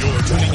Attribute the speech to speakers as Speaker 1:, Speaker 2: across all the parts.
Speaker 1: tuning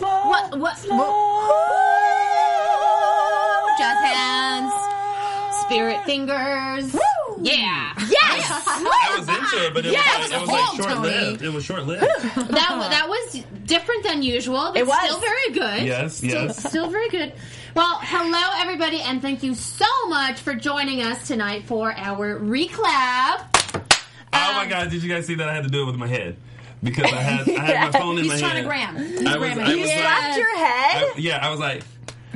Speaker 2: What? What? what- Jazz hands, spirit fingers. Yeah,
Speaker 3: I was into it, but it
Speaker 2: Yeah,
Speaker 3: was,
Speaker 2: it was
Speaker 3: like, it was like
Speaker 2: cold,
Speaker 3: short lived. It was short lived.
Speaker 2: that wa- that was different than usual, but
Speaker 4: It was.
Speaker 2: still very good.
Speaker 3: Yes,
Speaker 2: still,
Speaker 3: yes.
Speaker 2: still very good. Well, hello everybody, and thank you so much for joining us tonight for our reclap.
Speaker 3: oh
Speaker 5: Um,
Speaker 3: my god! Did you guys see that? I had to do it with my head because I had I had my phone in my
Speaker 5: He's
Speaker 3: hand.
Speaker 5: trying to gram. He's
Speaker 3: I was,
Speaker 5: gramming.
Speaker 3: I was like,
Speaker 4: Slapped your head.
Speaker 3: I- yeah, I was like,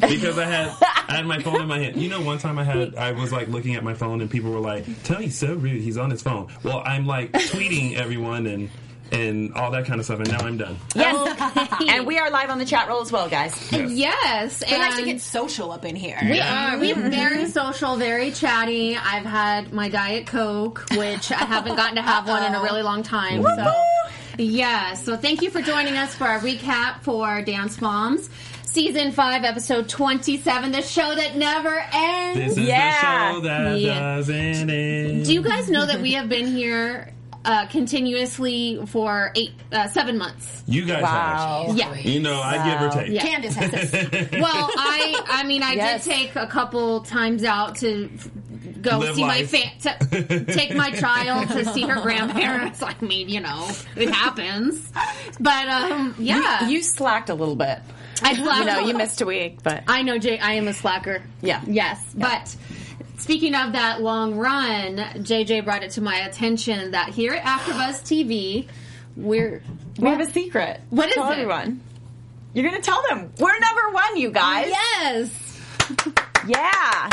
Speaker 3: because I had I had my phone in my hand. You know, one time I had I was like looking at my phone and people were like, "Tony's so rude. He's on his phone." Well, I'm like tweeting everyone and and all that kind of stuff, and now I'm done.
Speaker 4: Yes. and we are live on the chat roll as well, guys.
Speaker 2: Yes,
Speaker 5: We
Speaker 2: and
Speaker 5: like to get social up in here.
Speaker 2: We are. We're very social, very chatty. I've had my Diet Coke, which I haven't gotten to have one in a really long time. So, yeah. So, thank you for joining us for our recap for Dance Moms, Season 5, Episode 27, the show that never ends.
Speaker 3: This is
Speaker 4: Yeah.
Speaker 3: the show that
Speaker 2: Yeah.
Speaker 3: doesn't end.
Speaker 2: Do you guys know that we have been here uh, continuously for eight, uh, seven months?
Speaker 3: You guys
Speaker 4: Wow.
Speaker 2: Yeah.
Speaker 3: have. You know, I give or take.
Speaker 2: Yeah.
Speaker 5: Candace has this.
Speaker 2: Well, I I mean I
Speaker 4: Yes.
Speaker 2: did take a couple times out to f- go
Speaker 3: Live
Speaker 2: see
Speaker 3: life.
Speaker 2: my fa- to take my child to see her grandparents. I mean, you know, it happens. But um yeah.
Speaker 4: You slacked a little bit.
Speaker 2: I slacked
Speaker 4: You know,
Speaker 2: a
Speaker 4: you
Speaker 2: lot.
Speaker 4: missed a week, but
Speaker 2: I know Jay I am a slacker.
Speaker 4: Yeah.
Speaker 2: Yes. But Speaking of that long run, JJ brought it to my attention that here at AfterBuzz TV, we're
Speaker 4: we have a secret.
Speaker 2: What is
Speaker 4: tell
Speaker 2: it?
Speaker 4: everyone. You're going to tell them. We're number one, you
Speaker 2: Oh,
Speaker 4: guys.
Speaker 2: yes,
Speaker 4: Yeah.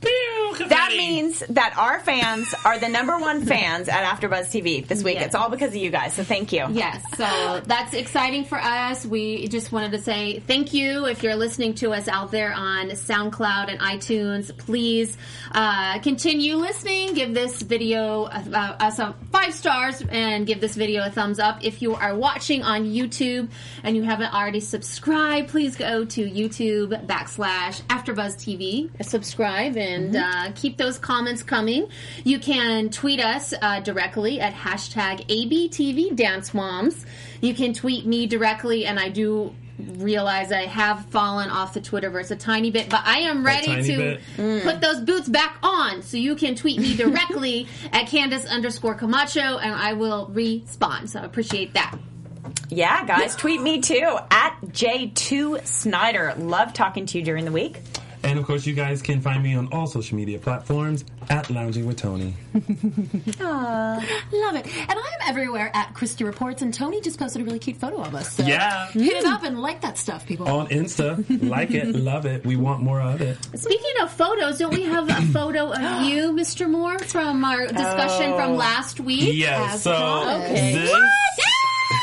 Speaker 3: Pew,
Speaker 4: That
Speaker 3: confetti.
Speaker 4: means that our fans are the number one fans at AfterBuzz TV this week.
Speaker 2: Yeah.
Speaker 4: It's all because of you guys, so thank you.
Speaker 2: Yes, so that's exciting for us. We just wanted to say thank you if you're listening to us out there on SoundCloud and iTunes. Please uh, continue listening. Give this video uh, us a five stars and give this video a thumbs up. If you are watching on YouTube and you haven't already subscribed, please go to YouTube backslash AfterBuzz TV. Subscribe and uh, keep those comments coming. You can tweet us uh, directly at hashtag ABTV Dance Moms. You can tweet me directly, and I do realize I have fallen off the Twitterverse a tiny bit, but I am ready
Speaker 3: tiny
Speaker 2: to
Speaker 3: bit.
Speaker 2: put those boots back on. So you can tweet me directly at Candace underscore Camacho, and I will respond. So I appreciate that.
Speaker 4: Yeah, guys, tweet me too at J2 Snyder. Love talking to you during the week.
Speaker 3: And of course, you guys can find me on all social media platforms at Lounging with Tony.
Speaker 5: Love it. And I am everywhere at Christy Reports, and Tony just posted a really cute photo of us. So
Speaker 3: Yeah. Oh.
Speaker 5: Hit
Speaker 2: Mm.
Speaker 5: it up and like that stuff, people.
Speaker 3: On Insta, like it, love it. We want more of it.
Speaker 2: Speaking of photos, don't we have a photo of you, Mr. Moore, from our discussion from last week?
Speaker 3: Oh. Yes. So
Speaker 5: promised.
Speaker 2: Okay.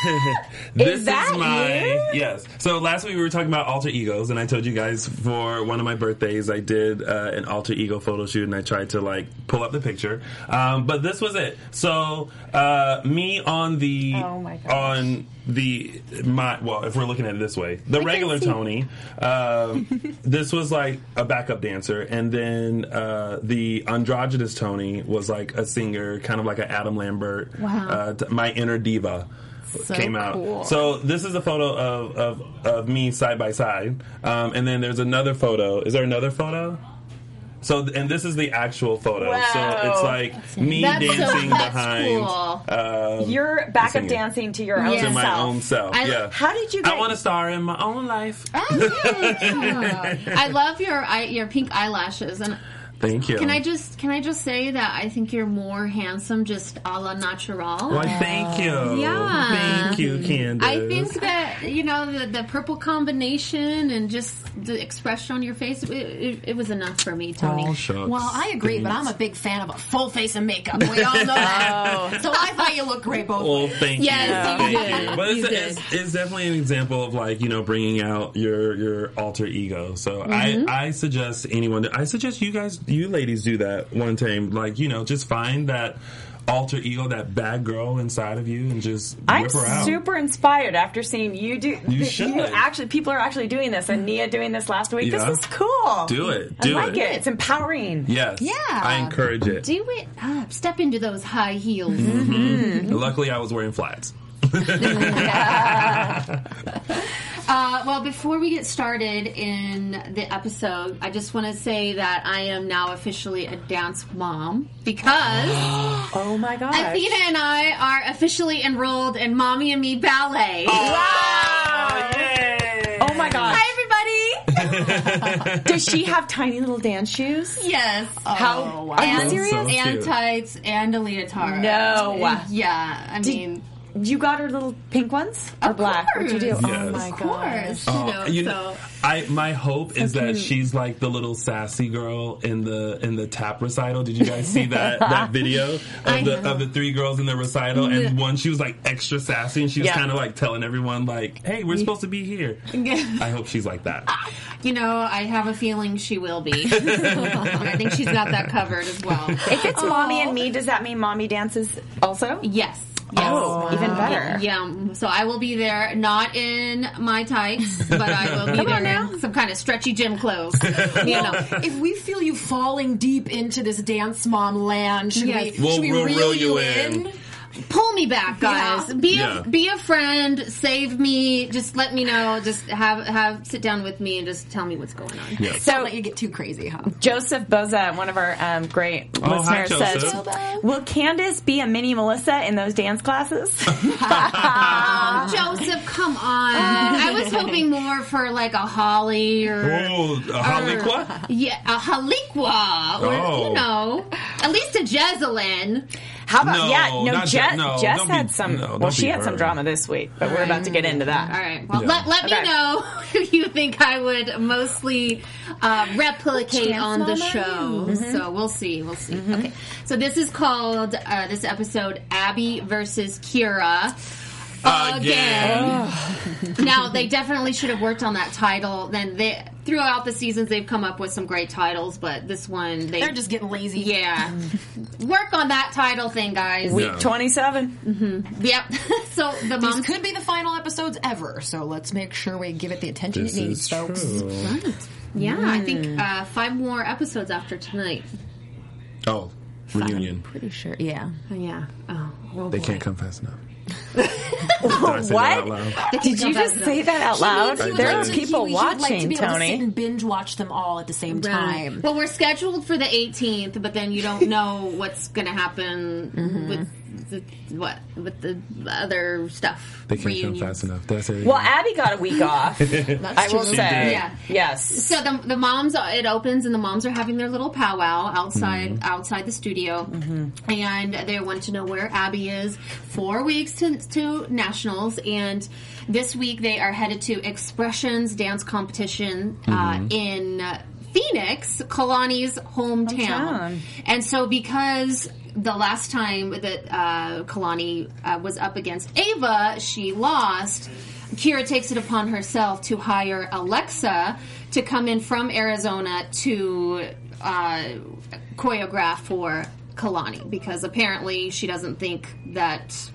Speaker 3: this, this
Speaker 4: Is
Speaker 3: is
Speaker 4: that
Speaker 3: my
Speaker 4: you?
Speaker 3: yes. So last week we were talking about alter egos, and I told you guys for one of my birthdays I did uh, an alter ego photo shoot, and I tried to like pull up the picture, um, but this was it. So uh, me on the
Speaker 4: Oh my gosh.
Speaker 3: on the my well, if we're looking at it this way, the regular Tony. Um, this was like a backup dancer, and then uh, the androgynous Tony was like a singer, kind of like an Adam Lambert.
Speaker 2: Wow.
Speaker 3: Uh, t- my inner diva came out.
Speaker 5: cool.
Speaker 3: So this is a photo of of, of me side by side, um, and then there's another photo. Is there another photo? So th- and this is the actual photo.
Speaker 4: Wow.
Speaker 3: So it's like me
Speaker 2: That's so-
Speaker 3: dancing
Speaker 2: that's
Speaker 3: behind.
Speaker 2: cool.
Speaker 3: um,
Speaker 4: You're back up
Speaker 3: Singing.
Speaker 4: dancing to your own
Speaker 2: Yeah.
Speaker 3: to my
Speaker 4: self.
Speaker 3: own self.
Speaker 2: I-
Speaker 3: yeah.
Speaker 4: How did you
Speaker 3: I
Speaker 4: get-
Speaker 3: want to star in my own life.
Speaker 2: Oh, yeah. I love your eye- your pink eyelashes, and
Speaker 3: Thank you.
Speaker 2: Can I just can I just say that I think you're more handsome just a la natural.
Speaker 3: Why, thank you.
Speaker 2: Yeah.
Speaker 3: Thank you, Candace.
Speaker 2: I think that you know the, the purple combination and just the expression on your face it, it, it was enough for me, Tony.
Speaker 3: Oh, shucks.
Speaker 5: Well, I agree, but I'm a big fan of a full face of makeup. We all know that. So I thought you looked great both.
Speaker 3: Well, thank
Speaker 2: Yes,
Speaker 3: you.
Speaker 2: you
Speaker 3: Thank
Speaker 2: did.
Speaker 3: But it's,
Speaker 2: You
Speaker 3: it's,
Speaker 2: did.
Speaker 3: it's definitely an example of like, you know, bringing out your, your alter ego. So
Speaker 5: Mm-hmm.
Speaker 3: I, I suggest anyone, I suggest you guys, you ladies do that one time. Like, you know, just find that alter ego, that bad girl inside of you and just
Speaker 4: I'm
Speaker 3: whip her out.
Speaker 4: super inspired after seeing you do.
Speaker 3: You
Speaker 4: that
Speaker 3: should.
Speaker 4: actually, people are actually doing this, and Nia doing this last week.
Speaker 3: Yeah.
Speaker 4: This is cool.
Speaker 3: Do it.
Speaker 4: I
Speaker 3: Do
Speaker 4: like
Speaker 3: it.
Speaker 4: it. It's empowering.
Speaker 3: Yes.
Speaker 5: Yeah.
Speaker 3: I encourage it.
Speaker 2: Do it up. Step into those high heels.
Speaker 4: Mm-hmm.
Speaker 3: Mm-hmm. Luckily, I was wearing flats.
Speaker 2: Uh, well, before we get started in the episode, I just want to say that I am now officially a dance mom because
Speaker 4: Oh my gosh.
Speaker 2: Athena and I are officially enrolled in Mommy and Me Ballet.
Speaker 4: Wow. Oh my gosh.
Speaker 2: Hi, everybody.
Speaker 4: Does she have tiny little dance shoes?
Speaker 2: yes.
Speaker 4: How?
Speaker 5: wow.
Speaker 4: Are you
Speaker 2: and,
Speaker 4: serious?
Speaker 3: so
Speaker 2: and
Speaker 3: cute.
Speaker 2: tights and a leotard.
Speaker 4: No.
Speaker 2: Yeah, I mean,
Speaker 4: You got her little pink ones or black? What'd you do? Oh
Speaker 3: Yes.
Speaker 4: my
Speaker 2: of
Speaker 4: gosh.
Speaker 2: course. you know,
Speaker 3: Oh, you
Speaker 2: so.
Speaker 3: know, I my hope is that she's like the little sassy girl in the in the tap recital. Did you guys see that that video
Speaker 2: I
Speaker 3: of the
Speaker 2: know.
Speaker 3: of the three girls in the recital? And one she was like extra sassy, and she was
Speaker 4: Yeah.
Speaker 3: kind of like telling everyone like, "Hey, we're supposed to be here." I hope she's like that.
Speaker 2: You know, I have a feeling she will be. I think she's got that covered as well.
Speaker 4: If it's mommy and me, does that mean mommy dances also?
Speaker 2: Yes. Yes.
Speaker 4: Oh, even better.
Speaker 2: Yeah. So I will be there, not in my tights, but I will be there in some kind of stretchy gym clothes. You know.
Speaker 5: If we feel you falling deep into this dance mom land, should
Speaker 2: Yes.
Speaker 5: we,
Speaker 3: We'll-
Speaker 5: should we
Speaker 3: we'll
Speaker 5: reel,
Speaker 3: reel you
Speaker 5: you
Speaker 3: in.
Speaker 5: in?
Speaker 2: Pull me back, guys.
Speaker 5: Yeah.
Speaker 2: Be a,
Speaker 3: Yeah.
Speaker 2: be a friend. Save me. Just let me know. Just have have sit down with me and just tell me what's going on.
Speaker 3: Yeah.
Speaker 5: Don't
Speaker 4: So
Speaker 5: let you get too crazy, huh?
Speaker 4: Joseph Boza, one of our um, great
Speaker 3: Oh, hi,
Speaker 4: listeners, says,
Speaker 3: Joseph.
Speaker 4: "Will Candace be a mini Melissa in those dance classes?"
Speaker 2: Oh, Joseph, come on. I was hoping more for like a Holly or
Speaker 3: Oh, a Haliqua?
Speaker 2: Yeah, a Haliqua, or
Speaker 3: Oh.
Speaker 2: you know, at least a Jezzelin.
Speaker 4: How about
Speaker 3: No,
Speaker 4: yeah? No,
Speaker 3: not
Speaker 4: Jess,
Speaker 3: Je- no,
Speaker 4: Jess
Speaker 3: don't be-
Speaker 4: had some.
Speaker 3: no,
Speaker 4: well,
Speaker 3: don't
Speaker 4: she
Speaker 3: be
Speaker 4: had some
Speaker 3: her.
Speaker 4: drama this week, but we're about to get into that.
Speaker 2: All right, well,
Speaker 3: Yeah.
Speaker 2: let, let
Speaker 4: Okay.
Speaker 2: me know who you think I would mostly uh, replicate
Speaker 5: dance
Speaker 2: on the
Speaker 5: mom are
Speaker 2: show. So we'll see, we'll see. Mm-hmm. Okay, so this is called uh, this episode Abby versus Kira.
Speaker 3: Again.
Speaker 2: now they definitely should have worked on that title. Then they throughout the seasons they've come up with some great titles, but this one they
Speaker 5: They're just Mm. getting lazy.
Speaker 2: yeah work on that title thing, guys.
Speaker 4: Week
Speaker 3: Yeah.
Speaker 4: twenty-seven.
Speaker 2: Yep. so the
Speaker 5: These
Speaker 2: mom
Speaker 5: could be the final episodes ever, so let's make sure we give it the attention
Speaker 3: This
Speaker 5: it needs,
Speaker 3: is
Speaker 5: folks.
Speaker 3: true.
Speaker 2: Yeah, I think uh, five more episodes after tonight.
Speaker 3: Oh, reunion.
Speaker 5: Pretty sure, yeah.
Speaker 2: yeah. Oh, well,
Speaker 3: They
Speaker 2: boy.
Speaker 3: can't come fast enough. Did I say that
Speaker 4: What?
Speaker 3: out loud?
Speaker 4: Did you just say that out loud?
Speaker 3: you
Speaker 4: Oh, There
Speaker 3: like
Speaker 4: are
Speaker 3: to-
Speaker 4: people
Speaker 5: We should like to
Speaker 4: watching,
Speaker 5: be able to sit
Speaker 4: Tony.
Speaker 5: and binge watch them all at the same time.
Speaker 2: Well, we're scheduled for the 18th, but then you don't know what's going to happen
Speaker 5: Mm-hmm.
Speaker 2: with the, what with the other stuff.
Speaker 3: They can't come
Speaker 2: Reunions.
Speaker 3: fast enough. That's it.
Speaker 4: Well, Abby got a week off. I will
Speaker 3: She
Speaker 4: say,
Speaker 3: did.
Speaker 2: Yeah.
Speaker 4: yes.
Speaker 2: So the, the moms, uh, it opens and the moms are having their little powwow outside outside the studio, and they want to know where Abby is. Four weeks to, to nationals, and this week they are headed to Expressions Dance Competition uh, in uh, Phoenix, Kalani's hometown.
Speaker 4: Hometown.
Speaker 2: And so because the last time that uh, Kalani uh, was up against Ava, she lost. Kira takes it upon herself to hire Alexa to come in from Arizona to uh, choreograph for Kalani because apparently she doesn't think that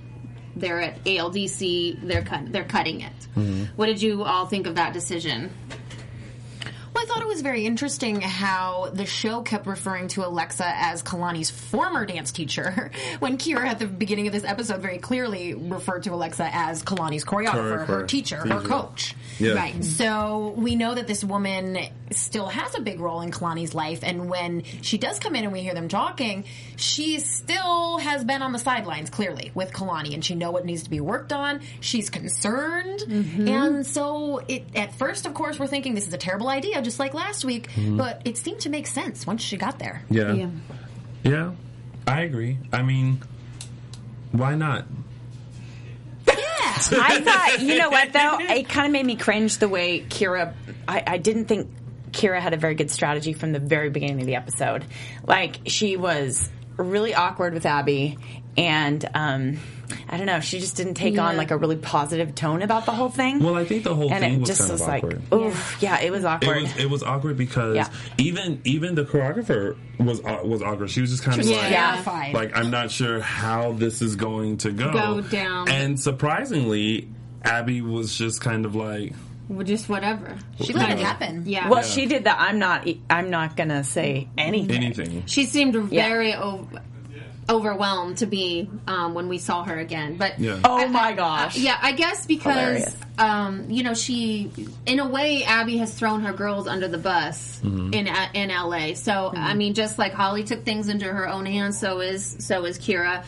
Speaker 2: they're at ALDC. They're cut, they're cutting it. What did you all think of that decision?
Speaker 5: Well, I thought it was very interesting how the show kept referring to Alexa as Kalani's former dance teacher, when Kira at the beginning of this episode very clearly referred to Alexa as Kalani's choreographer, her
Speaker 3: Choreographer.
Speaker 5: teacher, her
Speaker 3: Teacher.
Speaker 5: coach.
Speaker 3: Yeah.
Speaker 5: Right. So we know that this woman still has a big role in Kalani's life, and when she does come in and we hear them talking, she still has been on the sidelines clearly with Kalani, and she know what needs to be worked on. She's concerned, and so it at first, of course, we're thinking this is a terrible idea. Just just like last week, but it seemed to make sense once she got there.
Speaker 3: Yeah.
Speaker 2: Yeah.
Speaker 3: yeah. I agree. I mean, why not?
Speaker 4: I thought, you know what though, it kind of made me cringe the way Kira. I, I didn't think Kira had a very good strategy from the very beginning of the episode. Like she was really awkward with Abby, and um, I don't know, she just didn't take on
Speaker 2: Yeah.
Speaker 4: like a really positive tone about the whole thing.
Speaker 3: Well, I think the whole
Speaker 4: and
Speaker 3: thing
Speaker 4: it
Speaker 3: was
Speaker 4: just
Speaker 3: kind of
Speaker 4: was
Speaker 3: awkward.
Speaker 4: like, oof, yeah. it was awkward.
Speaker 3: It was it was awkward because
Speaker 4: Yeah.
Speaker 3: even even the choreographer was aw- was awkward. She was just kind of
Speaker 2: was
Speaker 3: like,
Speaker 5: terrified.
Speaker 3: like I'm not sure how this is going to go.
Speaker 2: Go down.
Speaker 3: And surprisingly, Abby was just kind of like,
Speaker 2: Well, just whatever.
Speaker 5: She let it
Speaker 3: Yeah.
Speaker 5: happen.
Speaker 2: Yeah.
Speaker 4: well, she did that. I'm not. I'm not gonna say anything.
Speaker 3: anything.
Speaker 2: she seemed very o- overwhelmed to be um, when we saw her again. But
Speaker 3: Yeah.
Speaker 4: Oh my gosh.
Speaker 2: Yeah, I guess because
Speaker 4: Hilarious.
Speaker 2: um, you know she, in a way, Abby has thrown her girls under the bus in uh, in LA. So I mean, just like Holly took things into her own hands, so is so is Kira.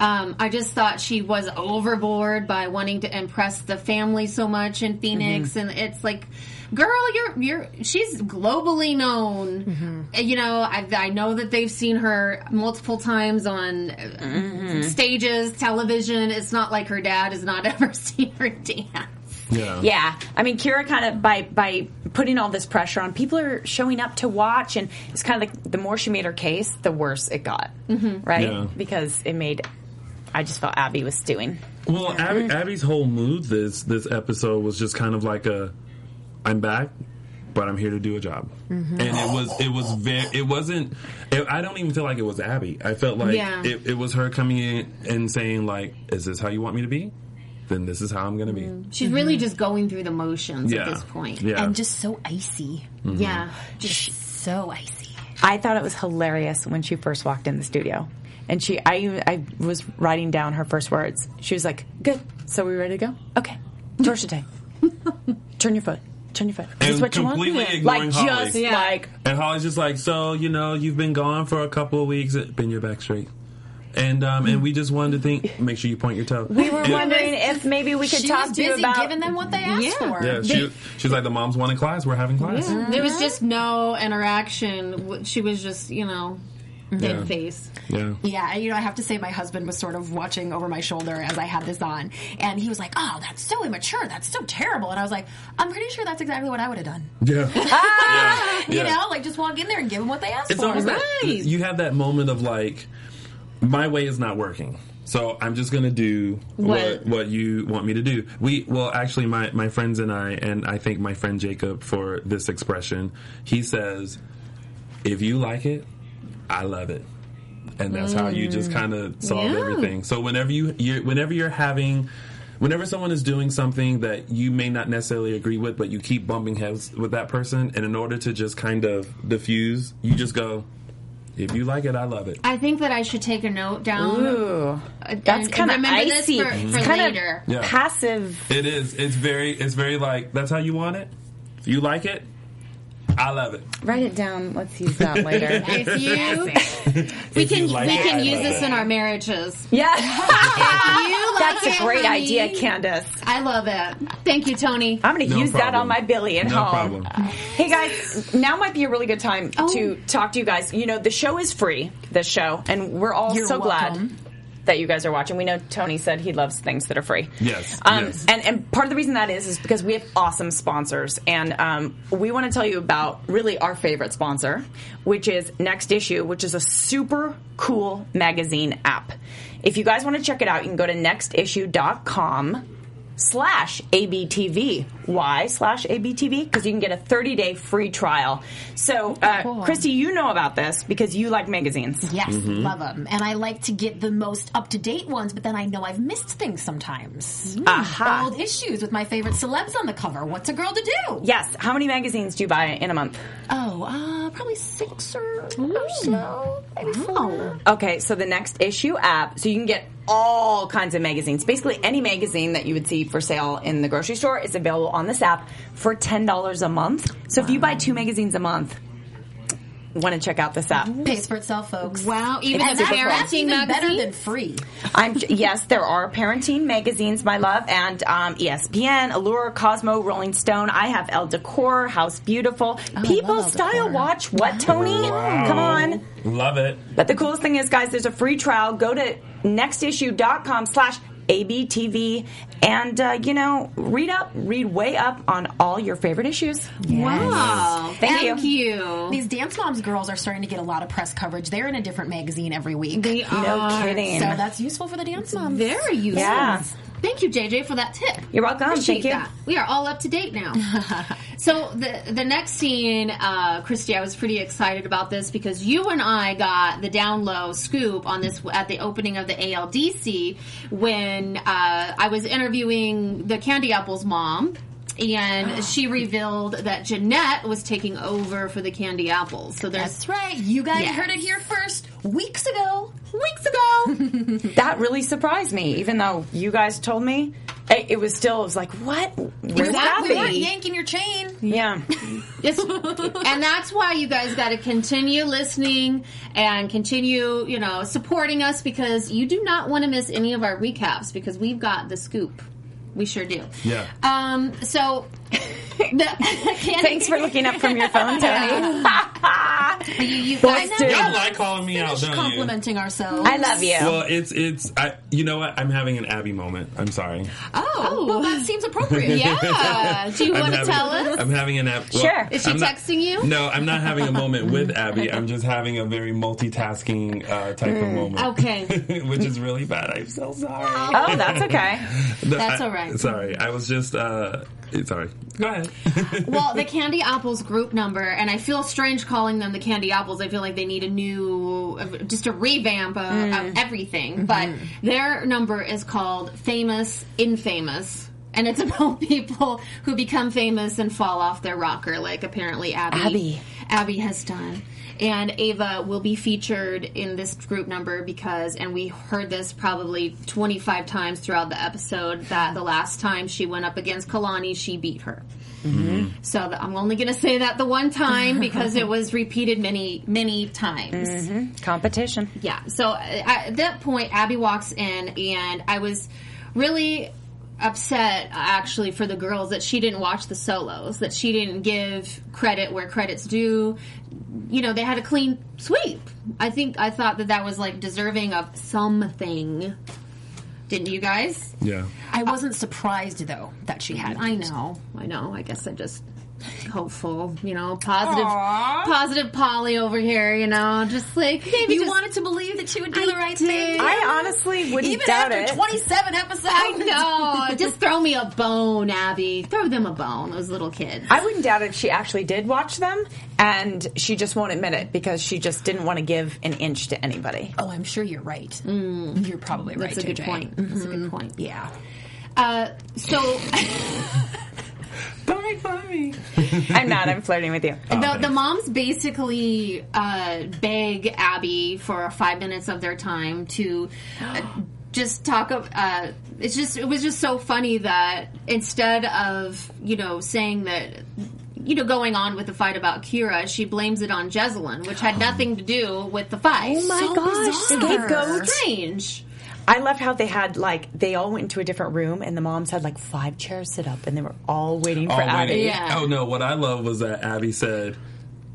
Speaker 2: Um, I just thought she was overboard by wanting to impress the family so much in Phoenix, and it's like, girl, you're you're she's globally known. You know, I, I know that they've seen her multiple times on
Speaker 3: Mm-hmm.
Speaker 2: stages, television. It's not like her dad has not ever seen her dance.
Speaker 3: Yeah.
Speaker 4: Yeah, I mean, Kira kind of by by putting all this pressure on people are showing up to watch, and it's kind of like the more she made her case, the worse it got,
Speaker 5: Mm-hmm.
Speaker 4: right?
Speaker 3: Yeah.
Speaker 4: Because it made I just felt Abby was stewing.
Speaker 3: Well, Abby, Abby's whole mood this this episode was just kind of like a, I'm back, but I'm here to do a job, and it was it was very it wasn't. It, I don't even feel like it was Abby. I felt like
Speaker 2: Yeah.
Speaker 3: it, it was her coming in and saying like, "Is this how you want me to be? Then this is how I'm gonna be."
Speaker 2: She's really just going through the motions
Speaker 3: Mm-hmm. Yeah.
Speaker 2: Mm. at this point.
Speaker 3: Yeah. Mm-hmm.
Speaker 5: And just so icy.
Speaker 2: Yeah. Just
Speaker 5: So icy.
Speaker 4: I thought it was hilarious when she first walked in the studio, and she I I was writing down her first words. She was like, "Good, so we ready to go? Okay, Torshite, turn your foot." Turn your foot. Is this
Speaker 3: And
Speaker 4: what you want?
Speaker 3: completely ignoring
Speaker 4: Like
Speaker 3: Holly.
Speaker 4: just
Speaker 3: Yeah.
Speaker 4: like
Speaker 3: And Holly's just like, so you know, you've been gone for a couple of weeks. Bend your back straight, and um, and we just wanted to think. Make sure you point your toe.
Speaker 4: we were
Speaker 3: And-
Speaker 4: wondering if maybe we could
Speaker 5: She
Speaker 4: talk
Speaker 5: was
Speaker 4: to you
Speaker 5: busy
Speaker 4: about
Speaker 5: giving them what they asked for.
Speaker 3: Yeah, she, she's like the moms want in class. We're having class.
Speaker 2: there was just no interaction. She was just you know dead
Speaker 3: Yeah.
Speaker 2: face.
Speaker 3: Yeah.
Speaker 5: Yeah, and, you know, I have to say my husband was sort of watching over my shoulder as I had this on, and he was like, "Oh, that's so immature. That's so terrible." And I was like, "I'm pretty sure that's exactly what I would have done."
Speaker 3: Yeah.
Speaker 5: Ah, You know, like just walk in there and give them what they asked
Speaker 3: it's
Speaker 5: for.
Speaker 3: always that, you have that moment of like, my way is not working. So I'm just gonna do what
Speaker 2: What?
Speaker 3: what, you want me to do. We well actually my, my friends and I and I thank my friend Jacob for this expression. He says, If you like it, I love it. And that's how you just kind of solve
Speaker 2: Yeah.
Speaker 3: everything. So whenever you you're, whenever you're having whenever someone is doing something that you may not necessarily agree with but you keep bumping heads with that person and in order to just kind of diffuse, you just go, if you like it, I love it.
Speaker 2: I think that I should take a note down.
Speaker 4: Ooh,
Speaker 2: and-
Speaker 4: that's
Speaker 2: and
Speaker 4: kind of
Speaker 2: remember this
Speaker 4: icy.
Speaker 2: for- for
Speaker 4: it's kind
Speaker 2: later.
Speaker 4: of
Speaker 3: Yeah.
Speaker 4: passive.
Speaker 3: It is. It's very. It's very like that's how you want it. If you like it, I love it.
Speaker 4: Write it down. Let's use that later.
Speaker 2: If you, we can
Speaker 3: you like
Speaker 2: we
Speaker 3: it,
Speaker 2: can
Speaker 3: I
Speaker 2: use
Speaker 3: love
Speaker 2: this
Speaker 3: it.
Speaker 2: in our marriages.
Speaker 4: yeah,
Speaker 2: If you like
Speaker 4: that's
Speaker 2: it,
Speaker 4: a great
Speaker 2: honey,
Speaker 4: idea, Candace.
Speaker 2: I love it. Thank you, Tony.
Speaker 4: I'm going to
Speaker 3: No
Speaker 4: use that on
Speaker 3: problem.
Speaker 4: my Billy at
Speaker 3: No
Speaker 4: home.
Speaker 3: problem.
Speaker 4: Hey guys, now might be a really good time
Speaker 2: Oh.
Speaker 4: to talk to you guys. You know, the show is free. This show, and we're all
Speaker 5: You're
Speaker 4: so
Speaker 5: welcome.
Speaker 4: glad that you guys are watching. We know Tony said he loves things that are free.
Speaker 3: Yes,
Speaker 4: Um,
Speaker 3: yes.
Speaker 4: And, and part of the reason that is is because we have awesome sponsors, and um, we want to tell you about really our favorite sponsor, which is Next Issue, which is a super cool magazine app. If you guys want to check it out, you can go to nextissue.com slash abtv why slash abtv because you can get a 30-day free trial so uh, christy you know about this because you like magazines
Speaker 5: Yes, love them, and I like to get the most up to date ones. But then I know I've missed things sometimes. Hmm.
Speaker 4: aha
Speaker 5: Old issues with my favorite celebs on the cover. What's a girl to do?
Speaker 4: yes how many magazines do you buy in a month
Speaker 5: Oh, uh, probably six or, or so, maybe four.
Speaker 4: Okay, so the next issue app, so you can get all kinds of magazines. Basically, any magazine that you would see for sale in the grocery store is available on this app for ten dollars a month. So if you buy two magazines a month, want to check out this app.
Speaker 5: Pays for itself, folks.
Speaker 2: Wow, even
Speaker 5: And
Speaker 2: the
Speaker 5: that's, that's
Speaker 2: parenting
Speaker 5: even better
Speaker 2: magazine?
Speaker 5: than free.
Speaker 4: I'm yes, there are parenting magazines, my love, and um, ESPN, Allure, Cosmo, Rolling Stone. I have El Decor, House Beautiful, People
Speaker 5: Oh, El
Speaker 4: Style
Speaker 5: Decor.
Speaker 4: Watch. What Tony?
Speaker 3: Wow.
Speaker 4: Come on.
Speaker 3: Love it.
Speaker 4: But the coolest thing is, guys, there's a free trial. Go to nextissue.com slash ABTV and, uh, you know, read up, read way up on all your favorite issues.
Speaker 2: Wow.
Speaker 4: Thank
Speaker 2: Oh, Thank you.
Speaker 5: These Dance Moms girls are starting to get a lot of press coverage. They're in a different magazine every week.
Speaker 2: They
Speaker 4: No
Speaker 2: are
Speaker 4: kidding.
Speaker 5: so that's useful for the Dance Moms.
Speaker 2: very useful.
Speaker 4: Yeah.
Speaker 2: Thank you, JJ, for that tip.
Speaker 4: You're welcome.
Speaker 2: Appreciate
Speaker 4: Thank you.
Speaker 2: That. We are all up to date now. so the the next scene, uh, Christy, I was pretty excited about this because you and I got the down low scoop on this at the opening of the ALDC when uh, I was interviewing the Candy Apple's mom. And she revealed that Jeanette was taking over for the Candy Apples. So there's
Speaker 5: That's right. You guys
Speaker 2: Yeah.
Speaker 5: heard it here first weeks ago.
Speaker 2: weeks ago.
Speaker 4: That really surprised me, even though you guys told me. It, it was still, it was like, what? Where's
Speaker 5: Exactly. We
Speaker 4: that
Speaker 5: weren't
Speaker 4: be?
Speaker 5: yanking your chain.
Speaker 4: Yeah.
Speaker 2: Yes. and that's why you guys got to continue listening and continue, you know, supporting us because you do not want to miss any of our recaps because we've got the scoop. We sure do.
Speaker 3: Yeah.
Speaker 2: Um. So. the,
Speaker 4: Thanks for looking up from your phone, Tony.
Speaker 2: you, you
Speaker 4: Boys
Speaker 2: guys
Speaker 4: do.
Speaker 3: Y'all like calling me out, don't you?
Speaker 5: Complimenting ourselves.
Speaker 4: I love you.
Speaker 3: Well, it's it's. I, you know what? I'm having an Abby moment. I'm sorry.
Speaker 5: Oh, well, that seems appropriate.
Speaker 2: Yeah. Do you
Speaker 3: I'm
Speaker 2: want to
Speaker 3: having-
Speaker 2: tell us?
Speaker 3: I'm having an app.
Speaker 4: Sure.
Speaker 2: Is she
Speaker 3: I'm not-
Speaker 2: texting you?
Speaker 3: No, I'm not having a moment with Abby. I'm just having a very multitasking uh, type of moment.
Speaker 2: Mm, Okay.
Speaker 3: Which is really bad. I'm so sorry.
Speaker 4: Oh, that's okay.
Speaker 3: No,
Speaker 2: That's
Speaker 3: I-
Speaker 2: all right.
Speaker 3: Sorry, I was just. Uh, sorry. Go ahead.
Speaker 2: well, the Candy Apples group number, and I feel strange calling them the Candy Apples. I feel like they need a new, just a revamp of, of everything. But their number is called Famous Infamous. And it's about people who become famous and fall off their rocker, like apparently Abby.
Speaker 4: Abby.
Speaker 2: Abby has done. And Ava will be featured in this group number because, and we heard this probably 25 times throughout the episode, that the last time she went up against Kalani, she beat her. So th- I'm only going to say that the one time because it was repeated many, many times.
Speaker 4: Competition.
Speaker 2: Yeah. So uh, at that point, Abby walks in, and I was really upset actually for the girls that she didn't watch the solos, that she didn't give credit where credit's due. You know, they had a clean sweep. I think I thought that that was like deserving of something. Didn't you guys?
Speaker 3: Yeah.
Speaker 5: I wasn't surprised though that she had.
Speaker 2: I know. I know. I guess I just hopeful, you know, positive positive Polly over here, you know, just like maybe
Speaker 5: You
Speaker 2: just-
Speaker 5: wanted to believe that she would do
Speaker 2: I
Speaker 5: the right
Speaker 2: did.
Speaker 5: thing.
Speaker 4: I honestly wouldn't
Speaker 5: Even
Speaker 4: doubt
Speaker 5: after
Speaker 4: it.
Speaker 5: 27 episodes.
Speaker 2: I know. Just throw me a bone, Abby. Throw them a bone, those little kids.
Speaker 4: I wouldn't doubt if she actually did watch them, and she just won't admit it because she just didn't want to give an inch to anybody.
Speaker 5: Oh, I'm sure you're right. You're probably right.
Speaker 2: Mm. That's a good
Speaker 5: JJ.
Speaker 2: point. That's a
Speaker 5: Mm-hmm.
Speaker 2: good point.
Speaker 5: Yeah.
Speaker 2: Uh, so
Speaker 3: Don't make fun of me.
Speaker 4: I'm not. I'm flirting with you.
Speaker 2: the, the moms basically uh, beg Abby for five minutes of their time to uh, just talk of. Uh, it's just it was just so funny that instead of you know saying that. You know, going on with the fight about Kira, she blames it on Jezelyn, which had nothing to do with the fight. Oh
Speaker 4: my gosh, scapegoat.
Speaker 2: Strange.
Speaker 4: I love how they had like they all went into a different room, and the moms had like five chairs set up, and they were all waiting for
Speaker 3: Oh,
Speaker 4: Abby.
Speaker 3: wait.
Speaker 2: Yeah.
Speaker 3: oh no! What I love was that Abby said,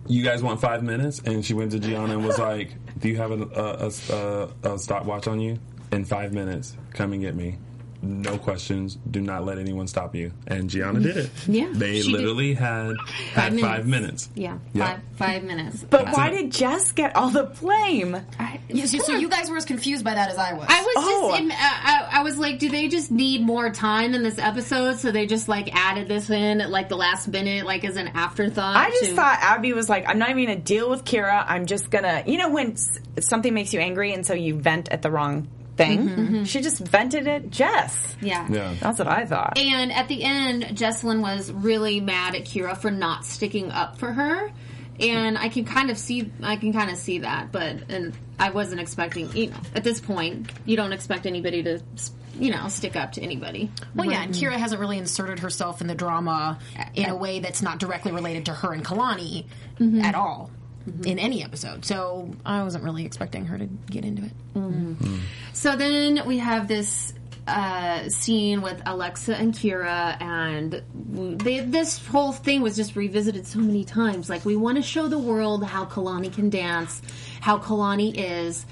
Speaker 3: "You guys want five minutes?" And she went to Gianna and was like, "Do you have an- a, a, a, a stopwatch on you? In five minutes, come and get me." No questions. Do not let anyone stop you. And Gianna did it.
Speaker 2: Yeah,
Speaker 3: they
Speaker 2: she did.
Speaker 3: literally had had
Speaker 2: minutes.
Speaker 3: five minutes.
Speaker 2: Yeah,
Speaker 3: Yeah.
Speaker 2: Five, five minutes.
Speaker 4: But why did Jess get all the blame?
Speaker 5: Yeah, so, so you guys were as confused by that as I was.
Speaker 2: I was
Speaker 4: Oh.
Speaker 2: just, in, uh, I, I was like, do they just need more time in this episode? So they just like added this in at like the last minute, like as an afterthought.
Speaker 4: I just
Speaker 2: to-
Speaker 4: thought Abby was like, I'm not even gonna deal with Kira. I'm just gonna, you know, when s- something makes you angry and so you vent at the wrong thing. She just vented at Jess.
Speaker 2: Mm-hmm. yeah.
Speaker 3: Yeah.
Speaker 4: That's what I thought.
Speaker 2: And at the end, Jesselyn was really mad at Kira for not sticking up for her. And I can kind of see, I can kind of see that, but and I wasn't expecting. You know, at this point, you don't expect anybody to, you know, stick up to anybody.
Speaker 5: Well, yeah, and Kira hasn't really inserted herself in the drama in a way that's not directly related to her and Kalani at all. in any episode. So Mm-hmm. I wasn't really expecting her to get into it.
Speaker 2: So then we have this uh, scene with Alexa and Kira, and w- they, this whole thing was just revisited so many times. Like, we want to show the world how Kalani can dance, how Kalani is.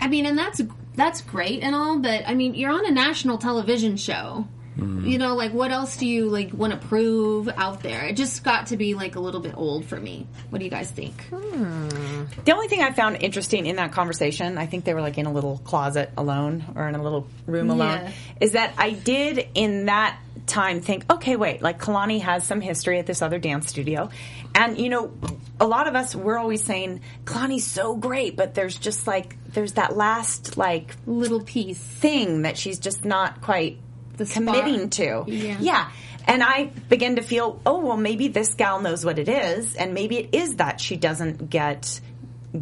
Speaker 2: I mean, and that's that's great and all, but I mean, you're on a national television show. You know, like what else do you like want to prove out there? It just got to be like a little bit old for me. What do you guys think?
Speaker 4: The only thing I found interesting in that conversation, I think they were like in a little closet alone or in a little room alone,
Speaker 2: Yeah.
Speaker 4: is that I did in that time think, okay, wait, like Kalani has some history at this other dance studio. And, you know, a lot of us, we're always saying, Kalani's so great, but there's just like, there's that last, like,
Speaker 2: Little piece.
Speaker 4: thing that she's just not quite
Speaker 2: The spark.
Speaker 4: committing to.
Speaker 2: Yeah.
Speaker 4: And I begin to feel, oh, well, maybe this gal knows what it is, and maybe it is that she doesn't get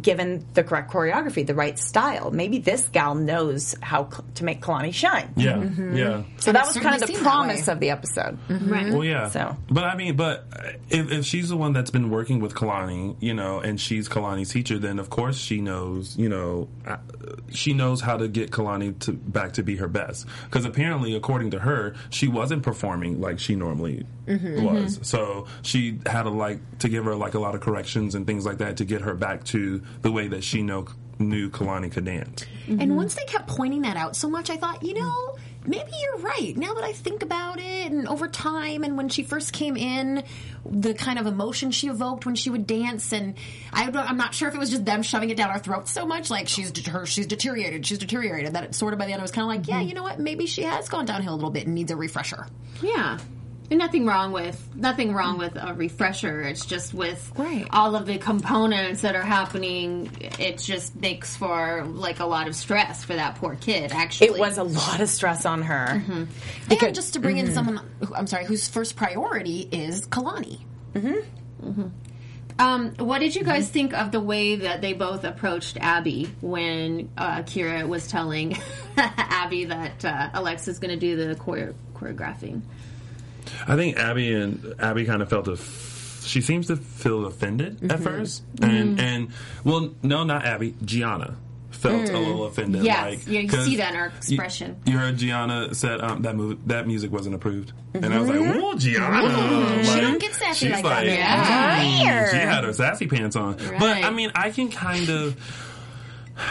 Speaker 4: given the correct choreography, the right style. Maybe this gal knows how cl- to make Kalani shine.
Speaker 3: Yeah, yeah.
Speaker 4: So that was
Speaker 5: certainly
Speaker 4: kind of the
Speaker 5: seemed that
Speaker 4: promise
Speaker 5: way. Mm-hmm.
Speaker 4: of the episode.
Speaker 2: Right.
Speaker 3: Well, yeah.
Speaker 4: So-
Speaker 3: but I mean, but uh, if, if she's the one that's been working with Kalani, you know, and she's Kalani's teacher, then of course she knows, you know, uh, she knows how to get Kalani to back to be her best. Because apparently, according to her, she wasn't performing like she normally was. So she had to like to give her like a lot of corrections and things like that to get her back to the way that she know knew Kalani could dance.
Speaker 5: And once they kept pointing that out so much, I thought, you know, maybe you're right. Now that I think about it, and over time, and when she first came in, the kind of emotion she evoked when she would dance, and I don't, I'm not sure if it was just them shoving it down our throats so much, like she's det- her, she's deteriorated, she's deteriorated. That it, sort of by the end, I was kind of like, yeah, you know what? Maybe she has gone downhill a little bit and needs a refresher.
Speaker 2: Yeah. And nothing wrong with nothing wrong with a refresher. It's just with
Speaker 5: Right.
Speaker 2: all of the components that are happening, it just makes for like a lot of stress for that poor kid. Actually,
Speaker 4: It was a lot of stress on her.
Speaker 5: and just to bring in someone, who- I'm sorry, whose first priority is Kalani.
Speaker 2: Um, what did you
Speaker 4: Mm-hmm.
Speaker 2: guys think of the way that they both approached Abby when uh, Kira was telling Abby that uh, Alexa's going to do the chore- choreographing?
Speaker 3: I think Abby and Abby kind of felt a. F- she seems to feel offended
Speaker 2: Mm-hmm.
Speaker 3: at first, and and well, no, not Abby. Gianna felt a little offended.
Speaker 2: Mm. Yes,
Speaker 3: like,
Speaker 2: yeah, you
Speaker 3: 'cause
Speaker 2: see that in her
Speaker 3: you-
Speaker 2: expression.
Speaker 3: You, heard Gianna said um, that move, that music wasn't approved, and I was like,
Speaker 2: Mm-hmm.
Speaker 3: "Whoa, Gianna!" Like,
Speaker 5: don't get sassy
Speaker 3: she's
Speaker 5: like that, man.
Speaker 3: "Mm, She had her sassy pants on, but I
Speaker 2: Right.
Speaker 3: mean, I can kind of.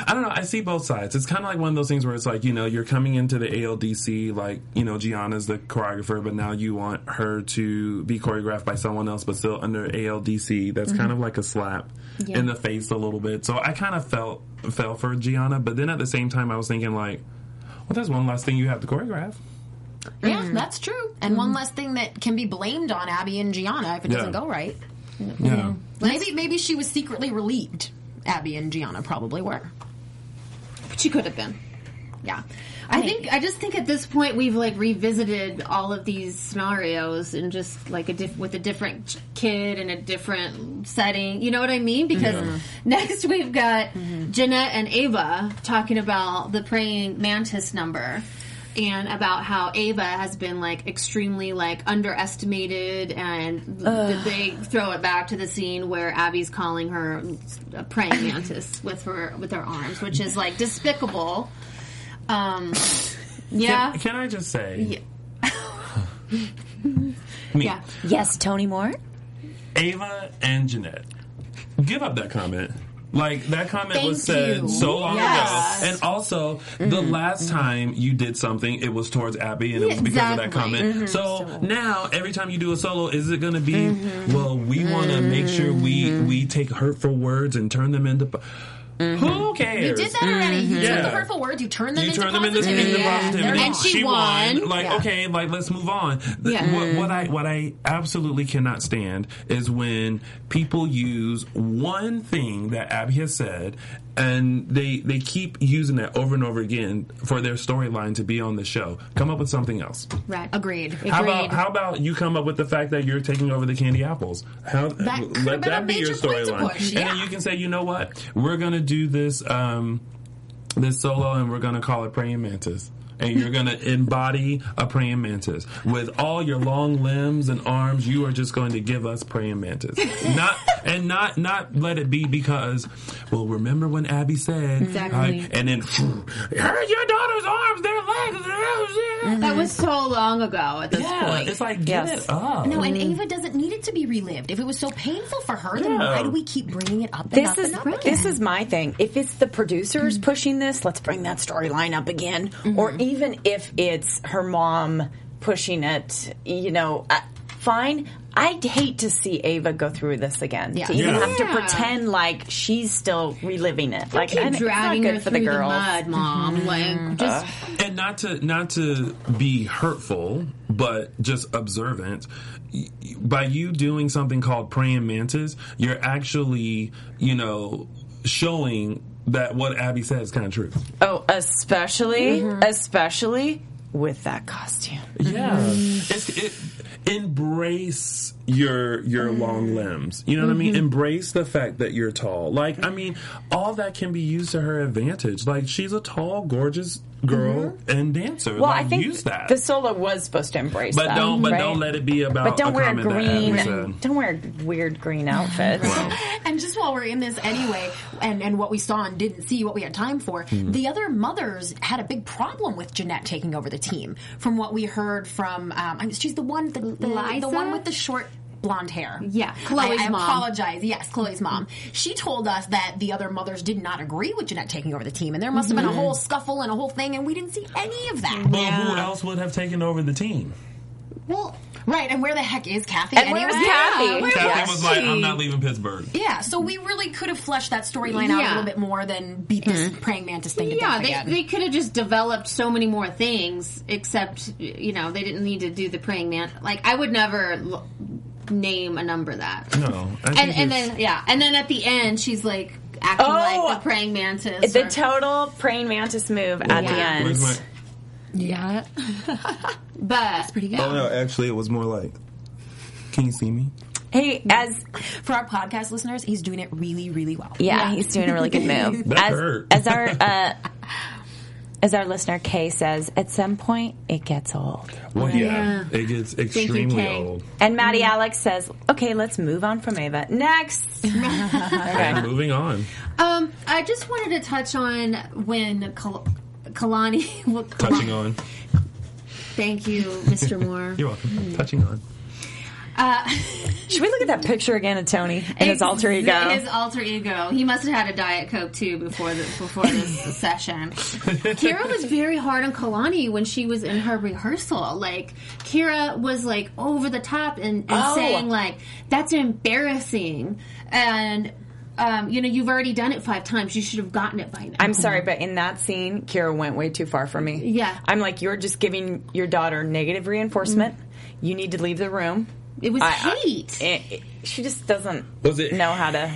Speaker 3: I don't know. I see both sides. It's kind of like one of those things where it's like, you know, you're coming into the ALDC, like, you know, Gianna's the choreographer, but now you want her to be choreographed by someone else, but still under ALDC. That's kind of like a slap in the face a little bit. So I kind of felt fell for Gianna, but then at the same time, I was thinking like, well, there's one last thing you have to choreograph.
Speaker 5: Yeah, that's true. And one less thing that can be blamed on Abby and Gianna if it doesn't
Speaker 3: Yeah.
Speaker 5: go right.
Speaker 3: Yeah.
Speaker 5: Maybe maybe she was secretly relieved. Abby and Gianna probably were.
Speaker 2: She could have been. Yeah.
Speaker 3: Mm-hmm.
Speaker 2: I think I just think at this point we've like revisited all of these scenarios and just like a diff- with a different kid in a different setting. You know what I mean? Because next we've got Jenna and Ava talking about the praying mantis number and about how Ava has been like extremely like underestimated and th- they throw it back to the scene where Abby's calling her a praying mantis with her with her arms which is like despicable um yeah
Speaker 3: Can, can I just say?
Speaker 2: Yeah.
Speaker 3: Me.
Speaker 2: yeah
Speaker 4: Yes, Tony Moore.
Speaker 3: Ava and Jeanette. Give up that comment. Like that comment was
Speaker 5: Thank
Speaker 3: said
Speaker 5: you.
Speaker 3: so long
Speaker 2: Yes.
Speaker 3: ago, and also the last time you did something, it was towards Abby, and it was because of that
Speaker 2: Exactly.
Speaker 3: comment. So now every time you do a solo, is it going to be? Well, we want to make sure we we take hurtful words and turn them into. po- Who cares?
Speaker 5: You did that already. You
Speaker 3: Yeah.
Speaker 5: took the hurtful words, you turned them
Speaker 3: You
Speaker 5: into
Speaker 3: turn them into,
Speaker 5: positivity.
Speaker 3: into
Speaker 2: Yeah.
Speaker 3: positivity.
Speaker 2: And she won.
Speaker 3: Like
Speaker 5: Yeah.
Speaker 3: okay, like let's move on. The-
Speaker 2: Yeah.
Speaker 3: What, what I what I absolutely cannot stand is when people use one thing that Abby has said, and they they keep using that over and over again for their storyline to be on the show. Come up with something else.
Speaker 2: right
Speaker 5: Agreed.
Speaker 3: How about how about you come up with the fact that you're taking over the candy apples? How
Speaker 5: could've been a major point to push,
Speaker 3: and then
Speaker 5: yeah.
Speaker 3: you can say, you know what, we're gonna do this um, this solo, and we're gonna call it praying mantis. And you're gonna embody a praying mantis with all your long limbs and arms. You are just going to give us praying mantis, not and not not let it be because, well, remember when Abby said,
Speaker 2: Exactly.
Speaker 3: I- and then hurt your daughter's arms, their legs.
Speaker 5: Mm-hmm.
Speaker 2: That was so long ago at this
Speaker 3: Yeah,
Speaker 2: point.
Speaker 3: it's like get
Speaker 4: Yes.
Speaker 3: it up.
Speaker 5: No, and Ava doesn't need it to be relived. If it was so painful for her, then
Speaker 3: Yeah.
Speaker 5: why do we keep bringing it up? and
Speaker 4: This
Speaker 5: up
Speaker 4: is
Speaker 5: and up again?
Speaker 4: this is my thing. If it's the producers
Speaker 2: Mm-hmm.
Speaker 4: pushing this, let's bring that storyline up again. Or even if it's her mom pushing it, you know, uh, fine. I'd hate to see Ava go through this again.
Speaker 5: Yeah.
Speaker 4: To even
Speaker 3: Yeah.
Speaker 4: have to
Speaker 2: Yeah.
Speaker 4: pretend like she's still reliving it. Like
Speaker 2: Keep
Speaker 4: I- it's not
Speaker 2: dragging
Speaker 4: good
Speaker 2: her
Speaker 4: for
Speaker 2: through
Speaker 4: the
Speaker 2: the,
Speaker 4: girls.
Speaker 2: mud, mom. Like just
Speaker 3: and not to not to be hurtful but just observant y- y- by you doing something called praying mantis you're actually you know showing that what abby said is kind of true
Speaker 4: Oh, especially
Speaker 2: Mm-hmm.
Speaker 4: especially with that costume.
Speaker 3: yeah it's, it, embrace your your long limbs you know what i mean embrace the fact that you're tall like i mean all that can be used to her advantage like she's a tall gorgeous girl and dancer
Speaker 4: Well, I
Speaker 3: like
Speaker 4: think
Speaker 3: use that
Speaker 4: the solo was supposed to embrace
Speaker 3: But
Speaker 4: that.
Speaker 3: don't, but
Speaker 4: right?
Speaker 3: don't let it be about.
Speaker 4: But don't
Speaker 3: a
Speaker 4: wear
Speaker 3: comment that Abby
Speaker 4: green.
Speaker 3: said.
Speaker 4: Don't wear weird green outfits.
Speaker 5: And just while we're in this anyway, and, and what we saw and didn't see, what we had time for, the other mothers had a big problem with Jeanette taking over the team. From what we heard from, um, I mean, she's the one, the, the, the
Speaker 2: Liza?
Speaker 5: one with the short blonde hair.
Speaker 2: Yeah, Chloe's
Speaker 5: I, I
Speaker 2: mom.
Speaker 5: apologize. Yes, Chloe's mom. She told us that the other mothers did not agree with Jeanette taking over the team, and there must have been a whole scuffle and a whole thing, and we didn't see any of that.
Speaker 3: Well, who else would have taken over the team?
Speaker 5: Well, right, and where the heck is Kathy?
Speaker 4: And where is
Speaker 5: anyway?
Speaker 4: Kathy?
Speaker 2: Yeah, where
Speaker 3: Kathy
Speaker 4: Yes.
Speaker 3: was like,
Speaker 2: she-
Speaker 3: "I'm not leaving Pittsburgh."
Speaker 5: Yeah, so we really could have fleshed that storyline out a
Speaker 2: Yeah.
Speaker 5: little bit more than beat this
Speaker 4: Mm-hmm.
Speaker 5: praying mantis thing to
Speaker 2: yeah,
Speaker 5: death again.
Speaker 2: they, they could have just developed so many more things, except you know they didn't need to do the praying man. Like I would never l- name a number that.
Speaker 3: No, I think
Speaker 2: and and
Speaker 3: it's-
Speaker 2: then yeah, and then at the end she's like acting
Speaker 4: Oh!
Speaker 2: like the praying mantis.
Speaker 4: the
Speaker 2: or-
Speaker 4: total praying mantis move at the
Speaker 2: Yeah.
Speaker 4: end.
Speaker 3: Where's my-
Speaker 6: Yeah.
Speaker 2: but
Speaker 7: Oh no, actually, it was more like.
Speaker 3: Can you see me?
Speaker 4: Hey, as
Speaker 5: For our podcast listeners, he's doing it really, really well.
Speaker 4: yeah, he's doing a really good move.
Speaker 3: That
Speaker 4: as,
Speaker 3: hurt.
Speaker 4: as our uh, as our listener Kay says, at some point it gets old.
Speaker 3: Well, yeah, it gets
Speaker 2: you,
Speaker 3: extremely
Speaker 2: Kay.
Speaker 3: old.
Speaker 4: And Maddie Alex says, "Okay, let's move on from Ava. Next,
Speaker 3: And moving on.
Speaker 2: um, I just wanted to touch on when Kal- Kalani. well, Kal-
Speaker 3: Touching on.
Speaker 2: Thank you, Mr. Moore. Uh,
Speaker 3: You're welcome. Touching on.
Speaker 4: should we look at that picture again of Tony and his alter ego?
Speaker 2: His alter ego. He must have had a diet coke too before the, before this session. Kira was very hard on Kalani when she was in her rehearsal. Like Kira was like over the top and, and
Speaker 4: Oh.
Speaker 2: saying like that's embarrassing and. Um, you know, you've already done it five times. You should have gotten it by now.
Speaker 5: Mm-hmm.
Speaker 4: I'm sorry, but in that scene, Kira went way too far for me.
Speaker 2: Yeah.
Speaker 4: I'm like, you're just giving your daughter negative reinforcement.
Speaker 5: Mm-hmm.
Speaker 4: You need to leave the room.
Speaker 2: It was
Speaker 4: I- I-
Speaker 2: hate.
Speaker 4: It- it- she just doesn't
Speaker 3: Was it-
Speaker 4: know how to.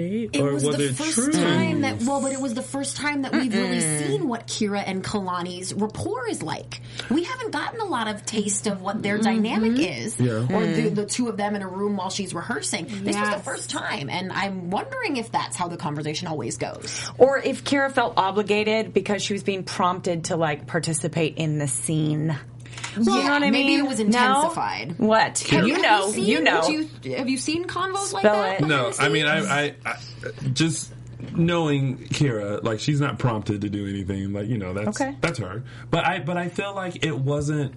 Speaker 5: It was, the first time that well, but it was the first time that we've really seen what Kira and Kalani's rapport is like. We haven't gotten a lot of taste of what their
Speaker 4: Mm-hmm.
Speaker 5: dynamic is, or
Speaker 4: Mm.
Speaker 5: the, the two of them in a room while she's rehearsing. This was the
Speaker 2: Yes.
Speaker 5: first time, and I'm wondering if that's how the conversation always goes.
Speaker 4: Or if Kira felt obligated because she was being prompted to like participate in the scene. you know
Speaker 5: Yeah,
Speaker 4: what I mean?
Speaker 5: maybe it was
Speaker 4: No?
Speaker 5: intensified.
Speaker 4: What? you
Speaker 5: Have
Speaker 4: know,
Speaker 5: seen-
Speaker 4: you know.
Speaker 5: would you- have you seen convos like
Speaker 4: Spell
Speaker 5: that?
Speaker 4: it.
Speaker 3: No, I mean, I, I, I just knowing Kira, like she's not prompted to do anything. Like you know, that's
Speaker 4: Okay.
Speaker 3: that's her. But I, but I feel like it wasn't.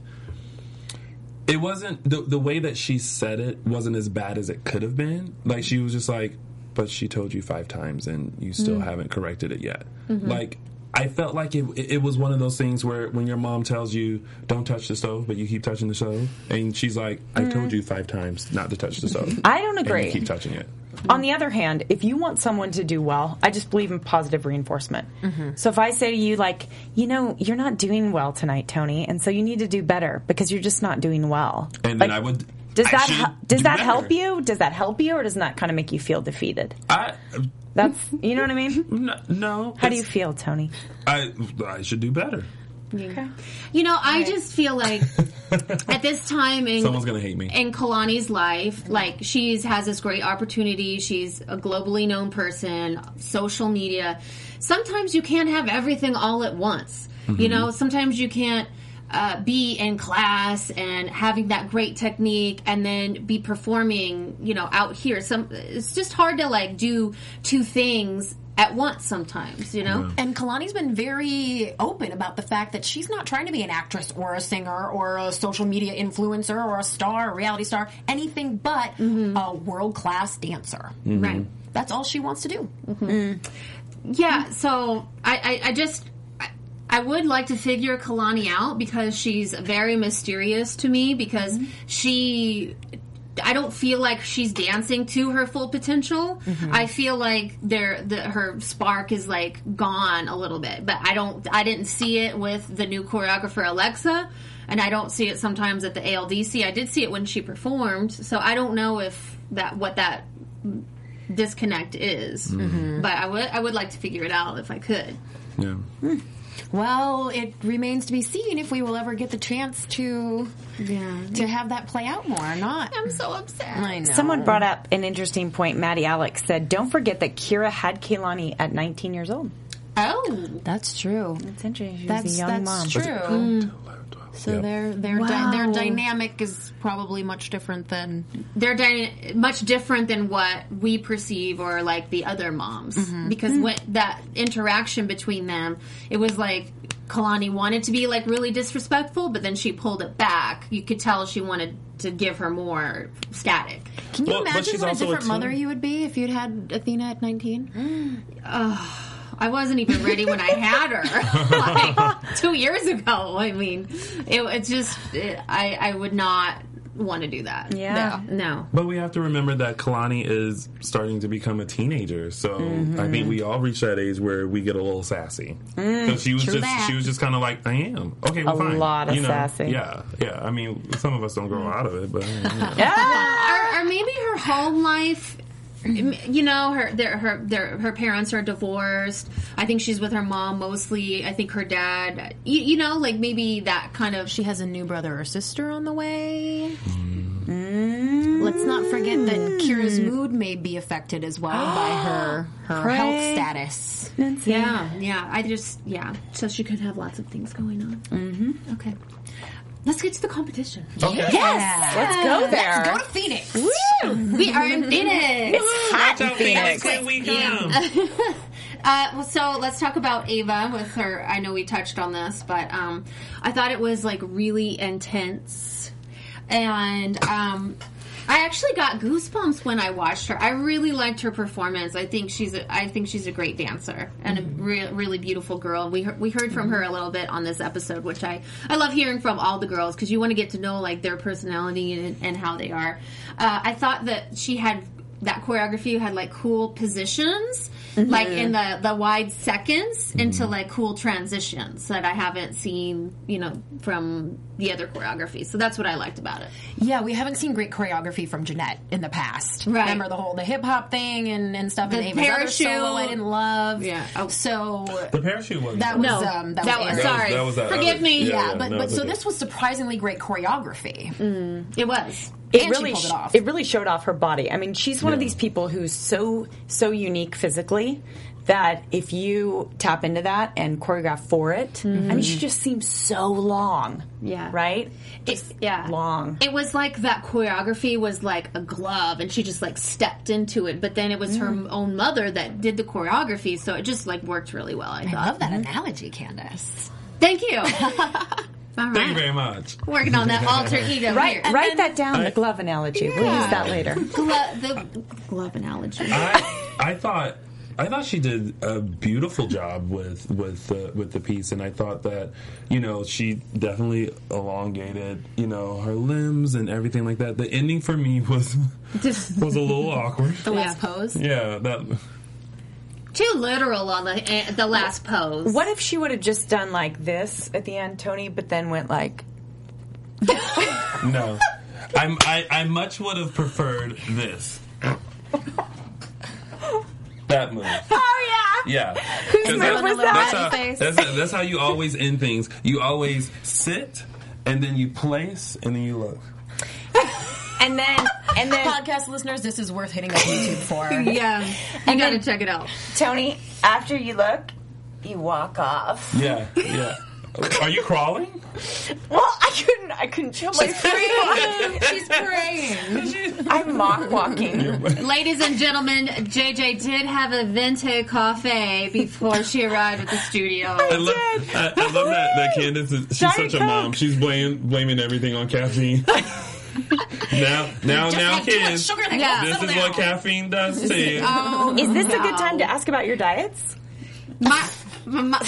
Speaker 3: It wasn't the the way that she said it wasn't as bad as it could have been. Like she was just like, but she told you five times and you still
Speaker 4: Mm.
Speaker 3: haven't corrected it yet.
Speaker 4: Mm-hmm.
Speaker 3: Like. I felt like it, it was one of those things where when your mom tells you don't touch the stove, but you keep touching the stove, and she's like, "I told you five times not to touch the stove."
Speaker 4: Mm. I don't
Speaker 3: And you
Speaker 4: agree.
Speaker 3: keep touching it.
Speaker 4: On the other hand, if you want someone to do well, I just believe in positive reinforcement.
Speaker 5: Mm-hmm.
Speaker 4: So if I say to you, like, you know, you're not doing well tonight, Tony, and so you need to do better because you're just not doing well.
Speaker 3: And
Speaker 4: Like,
Speaker 3: then I would.
Speaker 4: Does
Speaker 3: I
Speaker 4: that
Speaker 3: should
Speaker 4: hel- does
Speaker 3: do
Speaker 4: that
Speaker 3: better.
Speaker 4: help you? Does that help you, or does that kind of make you feel defeated?
Speaker 3: I
Speaker 4: That's you know what I mean.
Speaker 3: n- no.
Speaker 4: How do you feel, Tony?
Speaker 3: I I should do better.
Speaker 2: You know, I just feel like at this time in
Speaker 3: Someone's gonna hate me.
Speaker 2: in Kalani's life, like she's has this great opportunity. She's a globally known person, social media. Sometimes you can't have everything all at once. You know, sometimes you can't uh, be in class and having that great technique and then be performing, you know, out here. Some it's just hard to like do two things at once sometimes, you know.
Speaker 5: And Kalani's been very open about the fact that she's not trying to be an actress or a singer or a social media influencer or a star, a reality star, anything but
Speaker 4: Mm-hmm.
Speaker 5: a world class dancer.
Speaker 3: Mm.
Speaker 2: Right.
Speaker 5: That's all she wants to do.
Speaker 4: Mm-hmm.
Speaker 2: Yeah, so I, I, I just I, I would like to figure Kalani out because she's very mysterious to me because she I don't feel like she's dancing to her full potential. I feel like there the, her spark is like gone a little bit, but I don't I didn't see it with the new choreographer Alexa and I don't see it sometimes at the ALDC. I did see it when she performed, so I don't know if that what that disconnect is. But I would I would like to figure it out if I could.
Speaker 3: Yeah.
Speaker 4: Hmm.
Speaker 5: Well, it remains to be seen if we will ever get the chance to
Speaker 2: Yeah.
Speaker 4: Mm-hmm.
Speaker 5: to have that play out more or not.
Speaker 2: I'm so upset.
Speaker 4: Someone brought up an interesting point. Maddie Alex said, "Don't forget that Kira had Kaylani at 19 years old."
Speaker 2: Oh,
Speaker 5: That's true.
Speaker 4: It's interesting. She
Speaker 5: That's
Speaker 4: was a young
Speaker 5: that's
Speaker 4: mom.
Speaker 5: true. So
Speaker 3: Yep.
Speaker 5: their their
Speaker 2: Wow.
Speaker 5: di- their dynamic is probably much different than
Speaker 2: they're dyna- much different than what we perceive or like the other moms because when that interaction between them, it was like Kalani wanted to be like really disrespectful, but then she pulled it back. You could tell she wanted to give her more static.
Speaker 5: Can you
Speaker 3: Well, but
Speaker 5: imagine
Speaker 3: she's
Speaker 5: what a
Speaker 3: also a
Speaker 5: different
Speaker 3: teen.
Speaker 5: mother you would be if you'd had Athena at 19?
Speaker 2: I wasn't even ready when I had her like two years ago. I mean, it, it's just it, I I would not want to do that.
Speaker 4: Yeah.
Speaker 2: no.
Speaker 3: But we have to remember that Kalani is starting to become a teenager, so I think we all reach that age where we get a little sassy. so she was
Speaker 5: true
Speaker 3: just
Speaker 5: that.
Speaker 3: she was just kind of like, I am okay. Well,
Speaker 4: A
Speaker 3: fine.
Speaker 4: lot of sassy.
Speaker 3: Yeah, yeah. I mean, some of us don't grow out of it, but you know.
Speaker 2: or, or maybe her home life. You know, her their, her their, her parents are divorced. I think she's with her mom mostly. I think her dad. You, you know, like maybe that kind of.
Speaker 5: She has a new brother or sister on the way. Let's not forget that Kira's
Speaker 2: Mm.
Speaker 5: mood may be affected as well by her her health status.
Speaker 2: yeah, yeah. I just yeah. So she could have lots of things going on. Mm-hmm. Okay, let's get to the competition.
Speaker 4: Yes, let's go there.
Speaker 5: Go to Phoenix.
Speaker 2: we are in Phoenix.
Speaker 4: Hot in Phoenix.
Speaker 3: Here we come.
Speaker 2: Uh, well, so let's talk about Ava with her. I know we touched on this, but um, I thought it was like really intense, and um, I actually got goosebumps when I watched her. I really liked her performance. I think she's a, I think she's a great dancer and a re- really beautiful girl. We he- we heard from her a little bit on this episode, which I I love hearing from all the girls because you want to get to know like their personality and, and how they are. Uh, I thought that she had that choreography had like cool positions like in the the wide seconds into like cool transitions that i haven't seen you know from the other choreography so that's what i liked about it
Speaker 5: Yeah, we haven't seen great choreography from Jeanette in the past.
Speaker 2: Right.
Speaker 5: Remember the whole the hip hop thing and, and stuff and
Speaker 2: The
Speaker 5: Ava's other
Speaker 2: parachute.
Speaker 5: solo I didn't love.
Speaker 2: Yeah. Oh.
Speaker 5: So
Speaker 3: The parachute was
Speaker 5: That was- um, that was Aaron.
Speaker 2: sorry
Speaker 3: That was- that was that
Speaker 2: forgive
Speaker 3: other-
Speaker 2: me
Speaker 5: yeah,
Speaker 3: yeah,
Speaker 5: but,
Speaker 3: no,
Speaker 5: but
Speaker 3: it's
Speaker 5: so
Speaker 3: okay.
Speaker 5: this was surprisingly great choreography.
Speaker 2: it was
Speaker 4: it
Speaker 5: she
Speaker 4: really
Speaker 5: pulled it
Speaker 4: sh-
Speaker 5: off.
Speaker 4: really showed off her body. I mean, she's one of these people who's so so unique physically that if you tap into that and choreograph for it, I mean, she just seems so long.
Speaker 2: Yeah.
Speaker 4: Right.
Speaker 2: it, yeah
Speaker 4: long.
Speaker 2: it was like that choreography was like a glove and she just like stepped into it but then it was her own mother that did the choreography so it just like worked really well i
Speaker 5: I
Speaker 2: thought
Speaker 5: love that analogy, Candace.
Speaker 2: thank you all
Speaker 3: Thank you
Speaker 2: right
Speaker 3: very much.
Speaker 2: working on that alter ego
Speaker 4: Right.
Speaker 2: here.
Speaker 4: Write that down. the glove analogy. We'll use that later.
Speaker 2: Glo- the glove analogy
Speaker 3: I, I thought I thought she did a beautiful job with with the with the piece, and I thought that you know she definitely elongated you know her limbs and everything like that. The ending for me was was a little awkward.
Speaker 5: The
Speaker 2: Yeah.
Speaker 5: last pose.
Speaker 3: Yeah, that
Speaker 2: too literal on the eh, the last pose.
Speaker 4: What if she would have just done like this at the end, Tony, but then went like,
Speaker 3: no. I'm, I I much would have preferred this. That move.
Speaker 4: oh yeah,
Speaker 3: Yeah. That's
Speaker 4: move
Speaker 3: how-
Speaker 4: was
Speaker 3: that's
Speaker 4: that?
Speaker 3: how-
Speaker 4: Face.
Speaker 3: That's, how, that's how you always end things. You always sit, and then you place, and then you look.
Speaker 4: and then and then
Speaker 5: Podcast listeners, this is worth hitting up YouTube for.
Speaker 2: Yeah, you gotta check it out.
Speaker 4: Tony, after you look, you walk off.
Speaker 3: Yeah, yeah. Are you crawling?
Speaker 4: Well, I couldn't. I couldn't show my face.
Speaker 5: She's praying.
Speaker 4: I'm mock walking.
Speaker 2: Ladies and gentlemen, JJ did have a vente coffee before she arrived at the studio.
Speaker 3: I love, I, I love that, that Candace is she's
Speaker 4: Diet
Speaker 3: such a
Speaker 4: Coke.
Speaker 3: mom. She's blaming blaming everything on caffeine. now now now
Speaker 5: like, too much
Speaker 3: kids.
Speaker 5: sugar, they
Speaker 2: Yeah.
Speaker 5: won't
Speaker 3: This
Speaker 5: settle
Speaker 3: is what
Speaker 5: down.
Speaker 3: caffeine does to you.
Speaker 2: Oh,
Speaker 4: Is this a good time to ask about your diets?
Speaker 2: My, my, my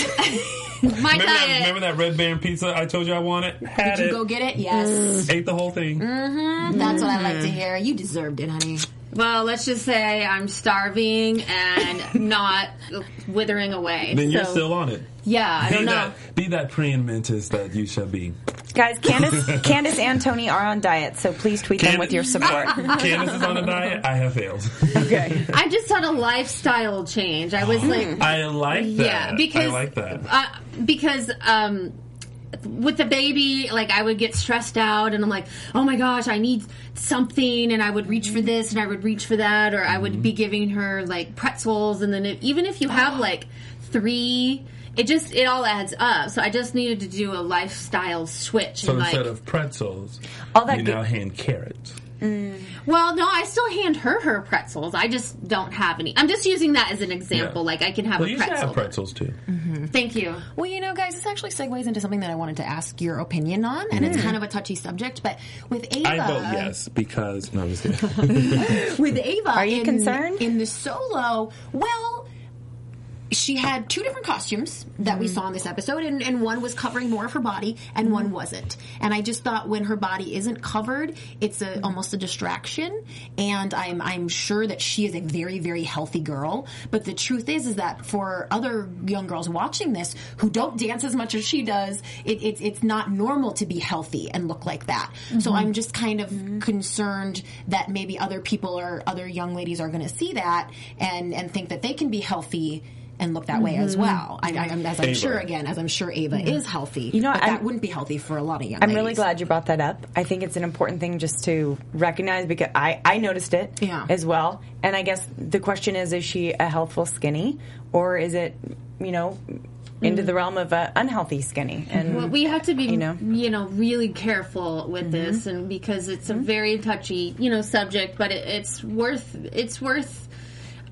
Speaker 3: Remember that,
Speaker 2: diet.
Speaker 3: remember that red band pizza I told you I wanted? Had
Speaker 5: Did you
Speaker 3: it.
Speaker 5: go get it? Yes.
Speaker 3: Ate the whole thing.
Speaker 5: That's what I like
Speaker 3: Mm.
Speaker 5: to hear. You deserved it, honey.
Speaker 2: Well, let's just say I'm starving and not withering away.
Speaker 3: Then you're
Speaker 2: So,
Speaker 3: still on it.
Speaker 2: Yeah, I
Speaker 3: Be
Speaker 2: don't know.
Speaker 3: that, be that praying mantis that you shall be.
Speaker 4: Guys, Candace, Candace and Tony are on diets, so please tweet them
Speaker 3: Cand-
Speaker 4: with your support.
Speaker 3: Candace is on a diet. I have failed.
Speaker 4: okay.
Speaker 2: I just had a lifestyle change. I was like,
Speaker 3: I like that.
Speaker 2: yeah, because
Speaker 3: I like that.
Speaker 2: Uh, because um, with the baby, like I would get stressed out, and I'm like, oh my gosh, I need something, and I would reach for this, and I would reach for that, or I would
Speaker 3: Mm-hmm.
Speaker 2: be giving her like pretzels, and then it, even if you have like three. It just it all adds up, so I just needed to do a lifestyle switch.
Speaker 3: so
Speaker 2: and like,
Speaker 3: instead of pretzels,
Speaker 4: All that
Speaker 3: you
Speaker 4: good-
Speaker 3: now hand carrots.
Speaker 2: well, no, I still hand her her pretzels. I just don't have any. I'm just using that as an example.
Speaker 3: Yeah.
Speaker 2: Like I can have
Speaker 3: Well,
Speaker 2: a
Speaker 3: you should
Speaker 2: pretzel.
Speaker 3: have pretzels too.
Speaker 2: Thank you.
Speaker 5: Well, you know, guys, this actually segues into something that I wanted to ask your opinion on, and it's kind of a touchy subject. But with Ava,
Speaker 3: I vote yes because no, I'm just kidding.
Speaker 5: with Ava, are
Speaker 4: you
Speaker 5: in,
Speaker 4: concerned?
Speaker 5: in the solo? Well. She had two different costumes that we saw in this episode, and, and one was covering more of her body, and one wasn't. And I just thought when her body isn't covered, it's a, almost a distraction. And I'm I'm sure that she is a very very healthy girl, but the truth is is that for other young girls watching this who don't dance as much as she does, it, it's it's not normal to be healthy and look like that. So I'm just kind of concerned that maybe other people or other young ladies are going to see that and and think that they can be healthy and look that way as well. I, I, am as I'm
Speaker 3: Ava.
Speaker 5: sure again, as I'm sure Ava is healthy.
Speaker 4: You know,
Speaker 5: but
Speaker 4: I'm-
Speaker 5: that wouldn't be healthy for a lot of young.
Speaker 4: I'm
Speaker 5: ladies.
Speaker 4: really glad you brought that up. I think it's an important thing just to recognize because I, I noticed it
Speaker 5: Yeah.
Speaker 4: as well. And I guess the question is is she a healthful skinny or is it, you know, into the realm of uh, unhealthy skinny? And
Speaker 2: Mm. Well, we have to be, you know, Mm-hmm.
Speaker 4: know?
Speaker 2: really careful with this, and because it's a very touchy, you know, subject. But it, it's worth, it's worth.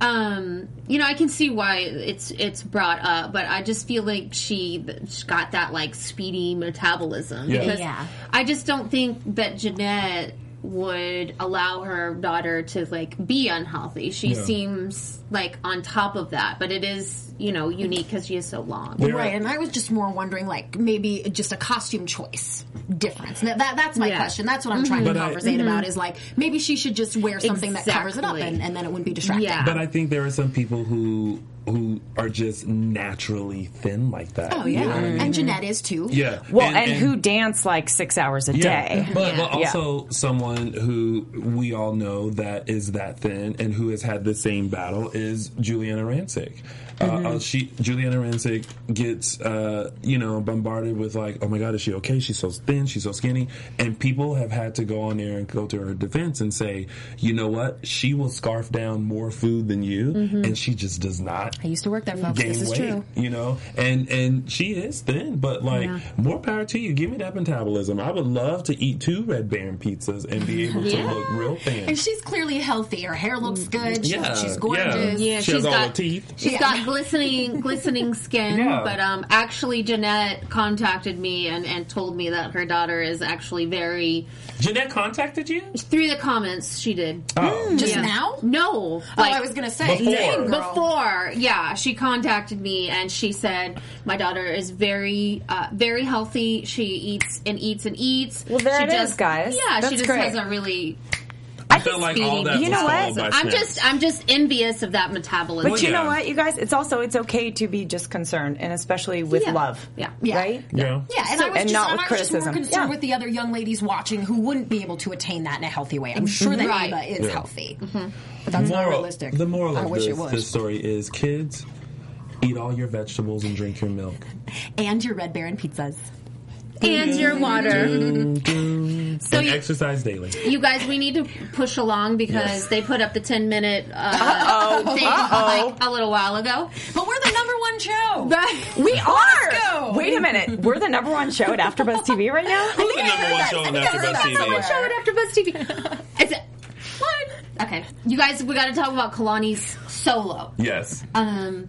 Speaker 2: Um, you know, I can see why it's it's brought up, but I just feel like she she got that like speedy metabolism.
Speaker 3: Yeah.
Speaker 2: Because
Speaker 5: Yeah.
Speaker 2: I just don't think that Jeanette would allow her daughter to like be unhealthy. She
Speaker 3: Yeah.
Speaker 2: seems like on top of that, but it is you know unique because she is so long.
Speaker 5: Right, and I was just more wondering, like maybe just a costume choice difference. That, that that's my
Speaker 2: Yeah.
Speaker 5: question. That's what I'm trying to
Speaker 3: But I-
Speaker 5: conversate about. Is like maybe she should just wear something that covers it up,
Speaker 2: Exactly.
Speaker 5: and, and then it wouldn't be distracting.
Speaker 2: Yeah.
Speaker 3: But I think there are some people who who are just naturally thin like that.
Speaker 5: Oh
Speaker 3: You
Speaker 5: yeah,
Speaker 3: know what I mean?
Speaker 5: and Jeanette is too.
Speaker 3: Yeah.
Speaker 4: well, and, who dance like six hours a day?
Speaker 3: But, but
Speaker 4: Yeah.
Speaker 3: also someone who we all know that is that thin and who has had the same battle is Juliana Rancic. Uh, uh, she Juliana Rancic gets uh, you know bombarded with like, oh my god, is she okay? She's so thin, she's so skinny, and people have had to go on there and go to her defense and say, you know what, she will scarf down more food than you, and she just does not
Speaker 5: I used to work there, folks.
Speaker 3: gain
Speaker 5: This is
Speaker 3: weight,
Speaker 5: true.
Speaker 3: you know, and and she is thin, but like more power to you. Give me that metabolism. I would love to eat two Red Baron pizzas and be able to
Speaker 2: Yeah.
Speaker 3: look real thin.
Speaker 5: And she's clearly healthy. Her hair looks good. She's,
Speaker 3: yeah,
Speaker 5: she's gorgeous.
Speaker 3: Yeah,
Speaker 2: Yeah,
Speaker 3: she
Speaker 2: she's
Speaker 3: has all
Speaker 2: got-
Speaker 3: her teeth.
Speaker 2: She's got glistening glistening skin,
Speaker 3: Yeah.
Speaker 2: but um, actually Jeanette contacted me and, and told me that her daughter is actually very
Speaker 3: Jeanette contacted you.
Speaker 2: through the comments she did.
Speaker 4: Hmm.
Speaker 3: Oh.
Speaker 5: Just
Speaker 2: Yeah.
Speaker 5: now?
Speaker 2: No,
Speaker 5: Oh,
Speaker 2: like,
Speaker 5: I was gonna say
Speaker 3: Before.
Speaker 5: dang, girl.
Speaker 2: before yeah she contacted me and she said my daughter is very uh, very healthy she eats and eats and eats
Speaker 4: Well, there
Speaker 2: she
Speaker 4: it is, guys.
Speaker 2: yeah
Speaker 4: That's
Speaker 2: she just
Speaker 4: great.
Speaker 2: has a really
Speaker 3: I feel like
Speaker 2: speeding-
Speaker 3: all that.
Speaker 2: You
Speaker 3: was
Speaker 4: know what?
Speaker 3: followed by
Speaker 2: i'm
Speaker 3: snacks.
Speaker 2: just i'm just envious of that metabolism
Speaker 4: But you know
Speaker 3: yeah.
Speaker 4: what, you guys? It's also it's okay to be just concerned, and especially with
Speaker 2: Yeah.
Speaker 4: love.
Speaker 2: Yeah.
Speaker 5: Yeah.
Speaker 4: Right?
Speaker 3: yeah.
Speaker 5: Yeah, and I was
Speaker 4: and
Speaker 5: just,
Speaker 4: not
Speaker 5: and
Speaker 4: with
Speaker 5: I was just more
Speaker 4: criticism.
Speaker 5: concerned
Speaker 4: Yeah.
Speaker 5: with the other young ladies watching who wouldn't be able to attain that in a healthy way. I'm sure that
Speaker 2: Right.
Speaker 5: Ava is
Speaker 3: Yeah.
Speaker 5: healthy, but that's not
Speaker 3: Moral-
Speaker 5: realistic.
Speaker 3: The moral
Speaker 5: I
Speaker 3: of
Speaker 5: wish
Speaker 3: this,
Speaker 5: it was.
Speaker 3: this story is: kids, eat all your vegetables and drink your milk.
Speaker 5: and your Red Baron pizzas.
Speaker 2: and your water. So
Speaker 3: and
Speaker 2: you-
Speaker 3: exercise daily.
Speaker 2: You guys, we need to push along because
Speaker 3: Yes.
Speaker 2: they put up the ten minute uh,
Speaker 4: Uh-oh.
Speaker 2: thing
Speaker 4: Uh-oh.
Speaker 2: like a little while ago.
Speaker 5: But we're the number one show.
Speaker 4: We are.
Speaker 5: go.
Speaker 4: Wait a minute. We're the number one show at AfterBuzz TV right now.
Speaker 3: Who's the number one show on AfterBuzz TV?
Speaker 2: Show it after Buzz TV. It's what? Okay, you guys, we got to talk about Kalani's solo.
Speaker 3: Yes,
Speaker 2: Um,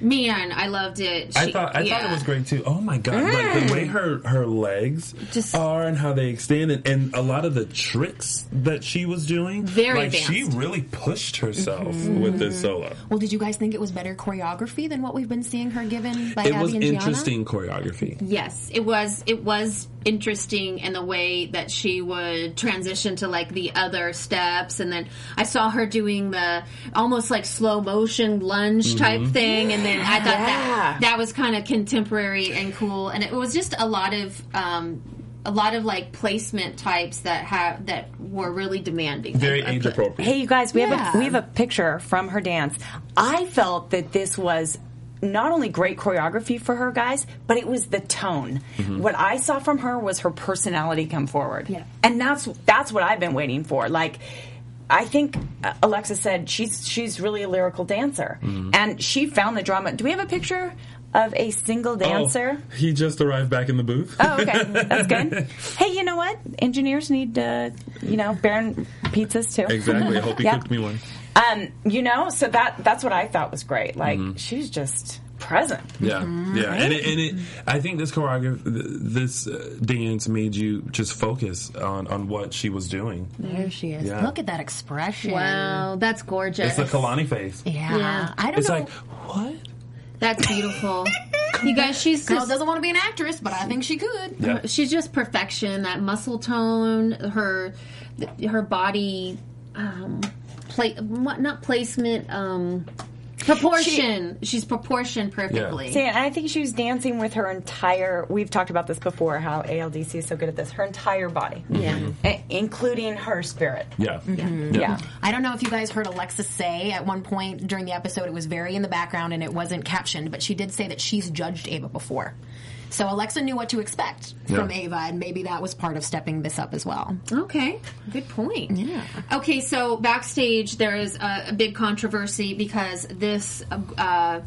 Speaker 2: man, I loved it.
Speaker 3: I
Speaker 2: She-
Speaker 3: thought I
Speaker 2: yeah.
Speaker 3: thought it was great too. Oh my god, like the way her her legs
Speaker 2: Just-
Speaker 3: are and how they extend, and, and a lot of the tricks that she was doing.
Speaker 2: Very
Speaker 3: like she
Speaker 2: advanced.
Speaker 3: really pushed herself with this solo.
Speaker 5: Well, did you guys think it was better choreography than what we've been seeing her given by
Speaker 3: It
Speaker 5: Abby
Speaker 3: was
Speaker 5: and
Speaker 3: interesting choreography.
Speaker 2: Yes, it was. It was interesting in the way that she would transition to like the other steps, and then I saw her doing the almost like slow motion lunge type thing, and then I thought that that was kind of contemporary and cool, and it was just a lot of um, a lot of like placement types that have that were really demanding.
Speaker 3: Very
Speaker 2: I- I
Speaker 3: age
Speaker 2: put-
Speaker 3: appropriate.
Speaker 4: Hey, you guys, we have
Speaker 5: Yeah.
Speaker 4: a we have a picture from her dance. I felt that this was not only great choreography for her guys, but it was the tone. What I saw from her was her personality come forward,
Speaker 2: Yeah.
Speaker 4: and that's that's what I've been waiting for. Like. I think uh, Alexa said she's she's really a lyrical dancer, and she found the drama. Do we have a picture of a single dancer?
Speaker 3: Oh, he just arrived back in the booth.
Speaker 4: Oh, okay. That's good. Hey, you know what? Engineers need, uh, you know, Baron pizzas too.
Speaker 3: exactly. I hope he
Speaker 4: Yeah.
Speaker 3: cooked me one.
Speaker 4: Um, you know, so that that's what I thought was great. Like
Speaker 3: Mm-hmm.
Speaker 4: she was just present.
Speaker 3: Yeah, yeah, and it, and it. I think this choreography, this uh, dance made you just focus on on what she was doing.
Speaker 5: There she is.
Speaker 3: Yeah.
Speaker 5: Look at that expression.
Speaker 2: Wow, that's gorgeous.
Speaker 3: It's the Kalani face.
Speaker 5: Yeah.
Speaker 2: Yeah.
Speaker 5: I don't
Speaker 3: It's
Speaker 5: know.
Speaker 3: like what?
Speaker 2: that's beautiful. you guys, she's
Speaker 5: Girl
Speaker 2: just
Speaker 5: doesn't want to be an actress, but I think she could.
Speaker 3: Yeah.
Speaker 2: she's just perfection. That muscle tone, her her body, um, play what not placement, um, proportion. she's proportioned perfectly.
Speaker 4: See, and I think she was dancing with her entire. We've talked about this before. How ALDC is so good at this. Her entire body,
Speaker 3: Mm-hmm.
Speaker 2: Yeah.
Speaker 4: I- including her spirit.
Speaker 3: Yeah,
Speaker 4: Yeah.
Speaker 5: I don't know if you guys heard Alexa say at one point during the episode, it was very in the background and it wasn't captioned, but she did say that she's judged Ava before. So Alexa knew what to expect from
Speaker 3: Yeah.
Speaker 5: Ava, and maybe that was part of stepping this up as well.
Speaker 2: Okay, good point. Yeah. Okay, so backstage there is a, a big controversy because this uh,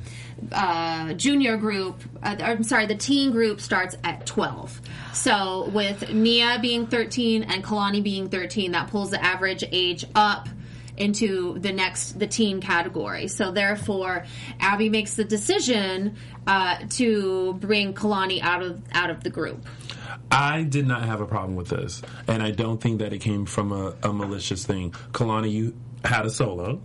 Speaker 2: uh, junior group, uh, I'm sorry, the teen group starts at 12. So with Nia being 13 and Kalani being 13, that pulls the average age up into the next the teen category. So therefore, Abby makes the decision uh, to bring Kalani out of out of the group.
Speaker 3: I did not have a problem with this, and I don't think that it came from a, a malicious thing. Kalani, you had a solo.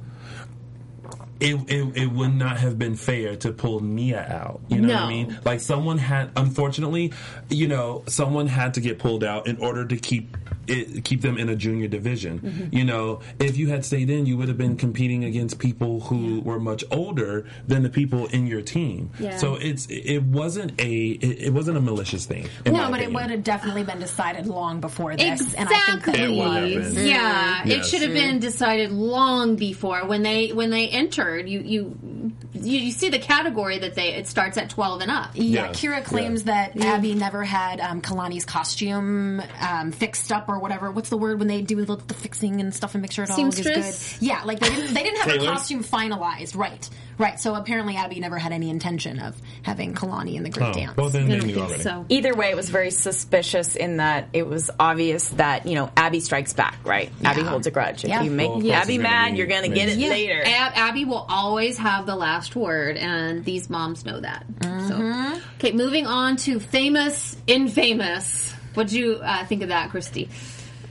Speaker 3: It, it, it would not have been fair to pull Nia out. You know what
Speaker 2: No.
Speaker 3: I mean? Like someone had, unfortunately, you know, someone had to get pulled out in order to keep it, keep them in a junior division.
Speaker 5: Mm-hmm.
Speaker 3: You know, if you had stayed in, you would have been competing against people who were much older than the people in your team.
Speaker 2: Yeah.
Speaker 3: So it's it wasn't a it, it wasn't a malicious thing. in
Speaker 5: No,
Speaker 3: my
Speaker 5: but it
Speaker 3: opinion.
Speaker 5: would have definitely been decided long before this. And I think
Speaker 2: Exactly.
Speaker 5: that
Speaker 3: It would have been.
Speaker 2: Yeah, it
Speaker 3: Yes.
Speaker 2: should have been decided long before when they when they entered. You you you, you see the category that they it starts at twelve and up.
Speaker 5: Yeah,
Speaker 3: Yeah.
Speaker 5: Kira claims that Abby never had um, Kalani's costume um, fixed up or whatever. What's the word when they do the, the fixing and stuff and make sure it all is good?
Speaker 2: Seamstress?
Speaker 5: Yeah, like they didn't, they didn't have a
Speaker 3: Tailors?
Speaker 5: costume finalized, right? Right. So apparently Abby never had any intention of having Kalani in the group dance.
Speaker 3: Oh, Well, then
Speaker 2: I
Speaker 3: they
Speaker 2: don't
Speaker 3: knew
Speaker 2: think
Speaker 3: already.
Speaker 2: so.
Speaker 4: Either way, it was very suspicious in that it was obvious that you know Abby strikes back. Right? Abby holds a grudge. If
Speaker 5: Yeah.
Speaker 4: you make
Speaker 3: Well, of course
Speaker 4: Abby
Speaker 3: it's gonna
Speaker 4: mad,
Speaker 3: be
Speaker 4: you're gonna get it
Speaker 3: amazing.
Speaker 4: later.
Speaker 2: Ab- Abby will always have the last word, and these moms know that. So, okay, moving on to famous, infamous. What'd you uh, think of that, Christy?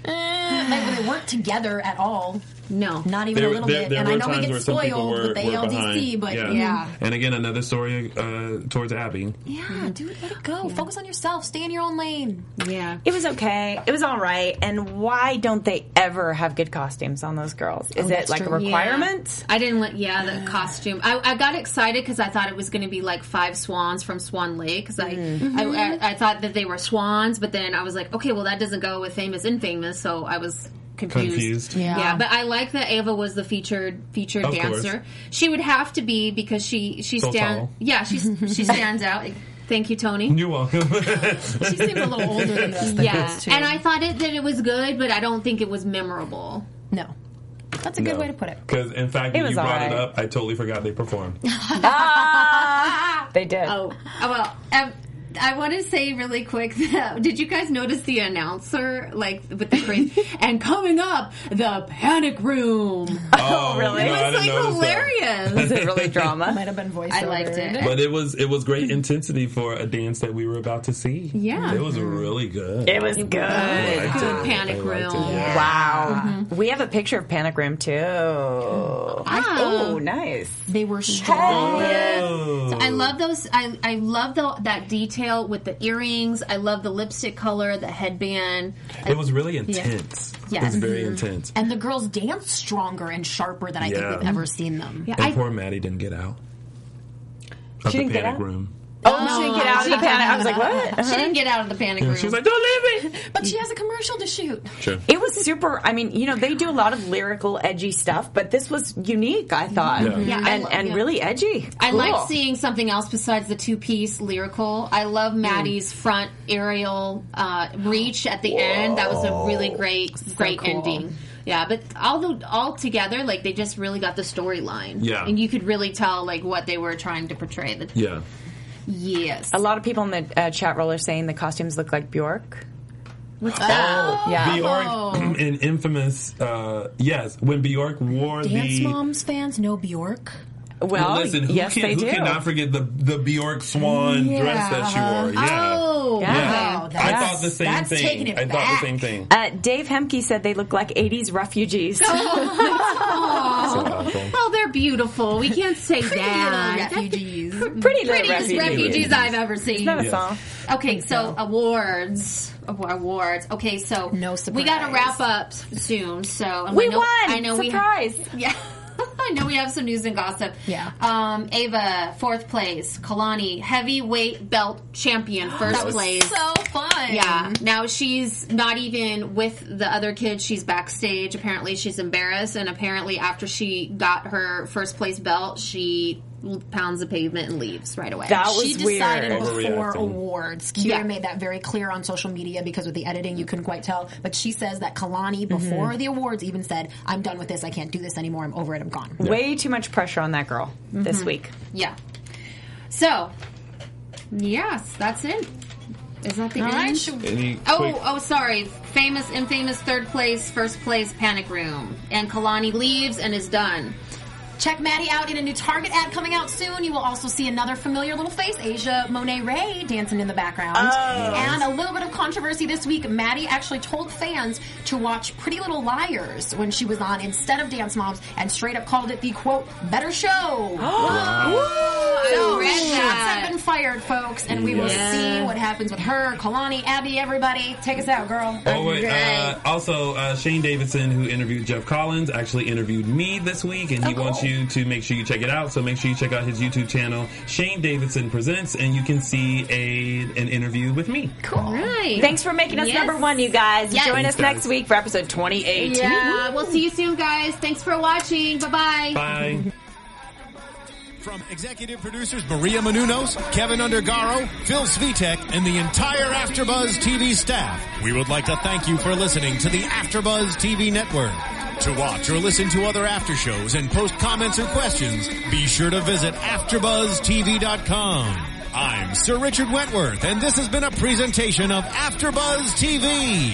Speaker 5: Eh, they, they weren't together at all.
Speaker 2: No,
Speaker 5: Not even
Speaker 3: There-
Speaker 5: a little
Speaker 3: there-
Speaker 5: bit.
Speaker 3: there
Speaker 5: and
Speaker 3: were
Speaker 5: I know we
Speaker 3: times
Speaker 5: get
Speaker 3: where some people
Speaker 5: spoiled
Speaker 3: were-
Speaker 5: with the
Speaker 3: were
Speaker 5: ALDC,
Speaker 3: behind.
Speaker 5: but yeah.
Speaker 3: And again, another story uh, towards Abby.
Speaker 5: Yeah, dude, let it go. Focus on yourself. Stay in your own lane.
Speaker 2: yeah.
Speaker 4: It was okay. It was all right. And why don't they ever have good costumes on those girls? Is it
Speaker 5: that's
Speaker 4: like
Speaker 5: true.
Speaker 4: a requirement?
Speaker 2: I didn't let, yeah, the costume. I, I got excited because I thought it was going to be like five swans from Swan Lake because I, I,
Speaker 5: Mm-hmm.
Speaker 2: I I thought that they were swans, but then I was like, okay, well that doesn't go with famous infamous, so I was confused.
Speaker 3: Confused.
Speaker 2: Yeah.
Speaker 5: Yeah.
Speaker 2: but I like that Ava was the featured featured
Speaker 3: Of course.
Speaker 2: dancer. She would have to be because she she
Speaker 3: So
Speaker 2: stands.
Speaker 3: tall.
Speaker 2: Yeah, she's she stands out. Thank you, Tony.
Speaker 3: You're welcome.
Speaker 5: She seemed a little older than us. than
Speaker 2: yeah,
Speaker 5: us, too.
Speaker 2: and I thought it that it was good, but I don't think it was memorable.
Speaker 5: no. That's a good way to put it. Oh,
Speaker 3: Because in fact, when
Speaker 4: was
Speaker 3: you brought
Speaker 4: alright.
Speaker 3: it up, I totally forgot they performed.
Speaker 4: Ah, They did.
Speaker 2: Oh, oh, well. Um, I want to say really quick. That, did you guys notice the announcer, like with the crazy? and coming up, the panic room.
Speaker 3: Oh,
Speaker 4: really?
Speaker 3: no,
Speaker 4: It was,
Speaker 3: I
Speaker 2: It's
Speaker 3: didn't
Speaker 2: like
Speaker 3: notice that.
Speaker 4: Is
Speaker 2: hilarious.
Speaker 4: it really drama?
Speaker 5: Might have been voice.
Speaker 2: I liked it.
Speaker 3: But uh, it was it was great intensity for a dance that we were about to see.
Speaker 2: Yeah.
Speaker 3: it was really good.
Speaker 4: It was good.
Speaker 3: I liked
Speaker 2: Good
Speaker 3: it.
Speaker 2: panic
Speaker 3: I liked
Speaker 2: room.
Speaker 3: It. Yeah.
Speaker 4: Wow. We have a picture of Panic Room too. Oh, nice.
Speaker 5: They were strong.
Speaker 3: Oh.
Speaker 2: I love those. I I love the, that detail with the earrings. I love the lipstick color, the headband.
Speaker 3: It was really intense.
Speaker 2: Yes.
Speaker 3: It was very
Speaker 5: Mm-hmm.
Speaker 3: intense.
Speaker 5: And the girls danced stronger and sharper than I
Speaker 3: Yeah.
Speaker 5: think we've ever seen them.
Speaker 2: Yeah,
Speaker 3: And
Speaker 2: I,
Speaker 3: poor Maddie didn't get out of
Speaker 4: She
Speaker 3: the
Speaker 4: didn't get
Speaker 3: panic
Speaker 4: out?
Speaker 3: room.
Speaker 4: Oh, she didn't get out of the panic. I was like, what?
Speaker 2: she didn't get out of the panic room.
Speaker 3: She was like, "Don't leave me."
Speaker 5: But she has a commercial to shoot.
Speaker 3: Sure.
Speaker 4: It was super. I mean, you know, they do a lot of lyrical, edgy stuff, but this was unique. I thought,
Speaker 3: Yeah. Yeah,
Speaker 4: and,
Speaker 2: I love-
Speaker 4: and
Speaker 2: yeah.
Speaker 4: really edgy.
Speaker 2: I
Speaker 4: Cool.
Speaker 2: like seeing something else besides the two piece lyrical. I love Maddie's front aerial uh, reach at the end. That was a really great, great
Speaker 5: cool.
Speaker 2: ending. Yeah, but all the, all together, like they just really got the storyline.
Speaker 3: Yeah.
Speaker 2: and you could really tell like what they were trying to portray. The,
Speaker 3: Yeah.
Speaker 2: Yes,
Speaker 4: A lot of people in the uh, chat roll are saying the costumes look like Bjork. Oh.
Speaker 2: what's that?
Speaker 4: Yeah.
Speaker 3: Bjork in infamous. Uh, yes, when Bjork wore
Speaker 5: Dance
Speaker 3: the.
Speaker 5: Moms fans know Bjork.
Speaker 4: Well,
Speaker 3: Listen, who,
Speaker 4: Oh, yes,
Speaker 3: can,
Speaker 4: they
Speaker 3: who
Speaker 4: do.
Speaker 3: cannot forget the the Bjork swan dress that she wore? Yeah.
Speaker 2: Oh,
Speaker 4: Yeah.
Speaker 3: Yeah.
Speaker 5: Wow,
Speaker 3: I
Speaker 5: that's-
Speaker 3: thought the same
Speaker 5: that's
Speaker 3: thing.
Speaker 5: taking it
Speaker 3: I
Speaker 5: back.
Speaker 3: thought the same thing.
Speaker 4: uh, Dave Hemke said they look like '80s refugees.
Speaker 3: So awful.
Speaker 2: well, they're beautiful. We can't say that. That's the
Speaker 5: refugees.
Speaker 4: Pretty little
Speaker 2: Prettiest
Speaker 4: refugees.
Speaker 2: refugees I've ever seen.
Speaker 4: Not a song.
Speaker 2: Okay, so awards, Awar- awards. Okay, so
Speaker 5: No
Speaker 2: We
Speaker 5: surprise.
Speaker 2: got to wrap up soon. So and
Speaker 4: We
Speaker 2: I know,
Speaker 4: won.
Speaker 2: I know
Speaker 4: Surprise.
Speaker 2: we yeah. I know we have some news and gossip.
Speaker 5: Yeah.
Speaker 2: Um, Ava, fourth place. Kalani, heavyweight belt champion, first place.
Speaker 5: So fun.
Speaker 2: yeah. Now she's not even with the other kids. She's backstage. Apparently, she's embarrassed. And apparently, after she got her first place belt, she pounds the pavement and leaves right away.
Speaker 4: That was
Speaker 5: She
Speaker 4: weird.
Speaker 5: decided before
Speaker 3: Overreacting.
Speaker 5: awards. Kira
Speaker 2: Yeah.
Speaker 5: made that very clear on social media because with the editing you couldn't quite tell. But she says that Kalani before the awards even said, "I'm done with this. I can't do this anymore. I'm over it. I'm gone."
Speaker 4: Way too much pressure on that girl
Speaker 2: Mm-hmm.
Speaker 4: this week.
Speaker 2: Yeah. So, yes, that's it. Is that the end?
Speaker 3: Any quick-
Speaker 2: Oh, oh, sorry. Famous, infamous third place, first place, panic room, and Kalani leaves and is done.
Speaker 5: Check Maddie out in a new Target ad coming out soon. You will also see another familiar little face, Asia Monet Ray, dancing in the background. And a little bit of controversy this week. Maddie actually told fans to watch Pretty Little Liars when she was on instead of Dance Moms and straight up called it the quote, better show.
Speaker 2: I
Speaker 5: so
Speaker 2: read
Speaker 5: shots
Speaker 2: that.
Speaker 5: have been fired, folks, and we will
Speaker 2: Yeah.
Speaker 5: see what happens with her, Kalani, Abby, everybody. Take us out, girl.
Speaker 3: Oh wait! Uh,
Speaker 2: Right.
Speaker 3: also, uh, Shane Davidson, who interviewed Jeff Collins, actually interviewed me this week, and he wants you to make sure you check it out. So make sure you check out his YouTube channel, Shane Davidson Presents, and you can see a an interview with me.
Speaker 2: All right.
Speaker 4: Thanks for making us
Speaker 2: Yes.
Speaker 4: number one, you guys.
Speaker 2: Yes.
Speaker 4: Join us
Speaker 3: Thanks,
Speaker 4: next
Speaker 3: guys.
Speaker 4: week for episode 28.
Speaker 2: Yeah, we'll see you soon, guys. Thanks for watching. Bye-bye.
Speaker 3: Bye.
Speaker 1: From executive producers Maria Manunos, Kevin Undergaro, Phil Svitek, and the entire AfterBuzz TV staff, we would like to thank you for listening to the AfterBuzz TV network. To watch or listen to other after shows and post comments or questions, be sure to visit AfterBuzzTV.com. I'm Sir Richard Wentworth, and this has been a presentation of AfterBuzz TV.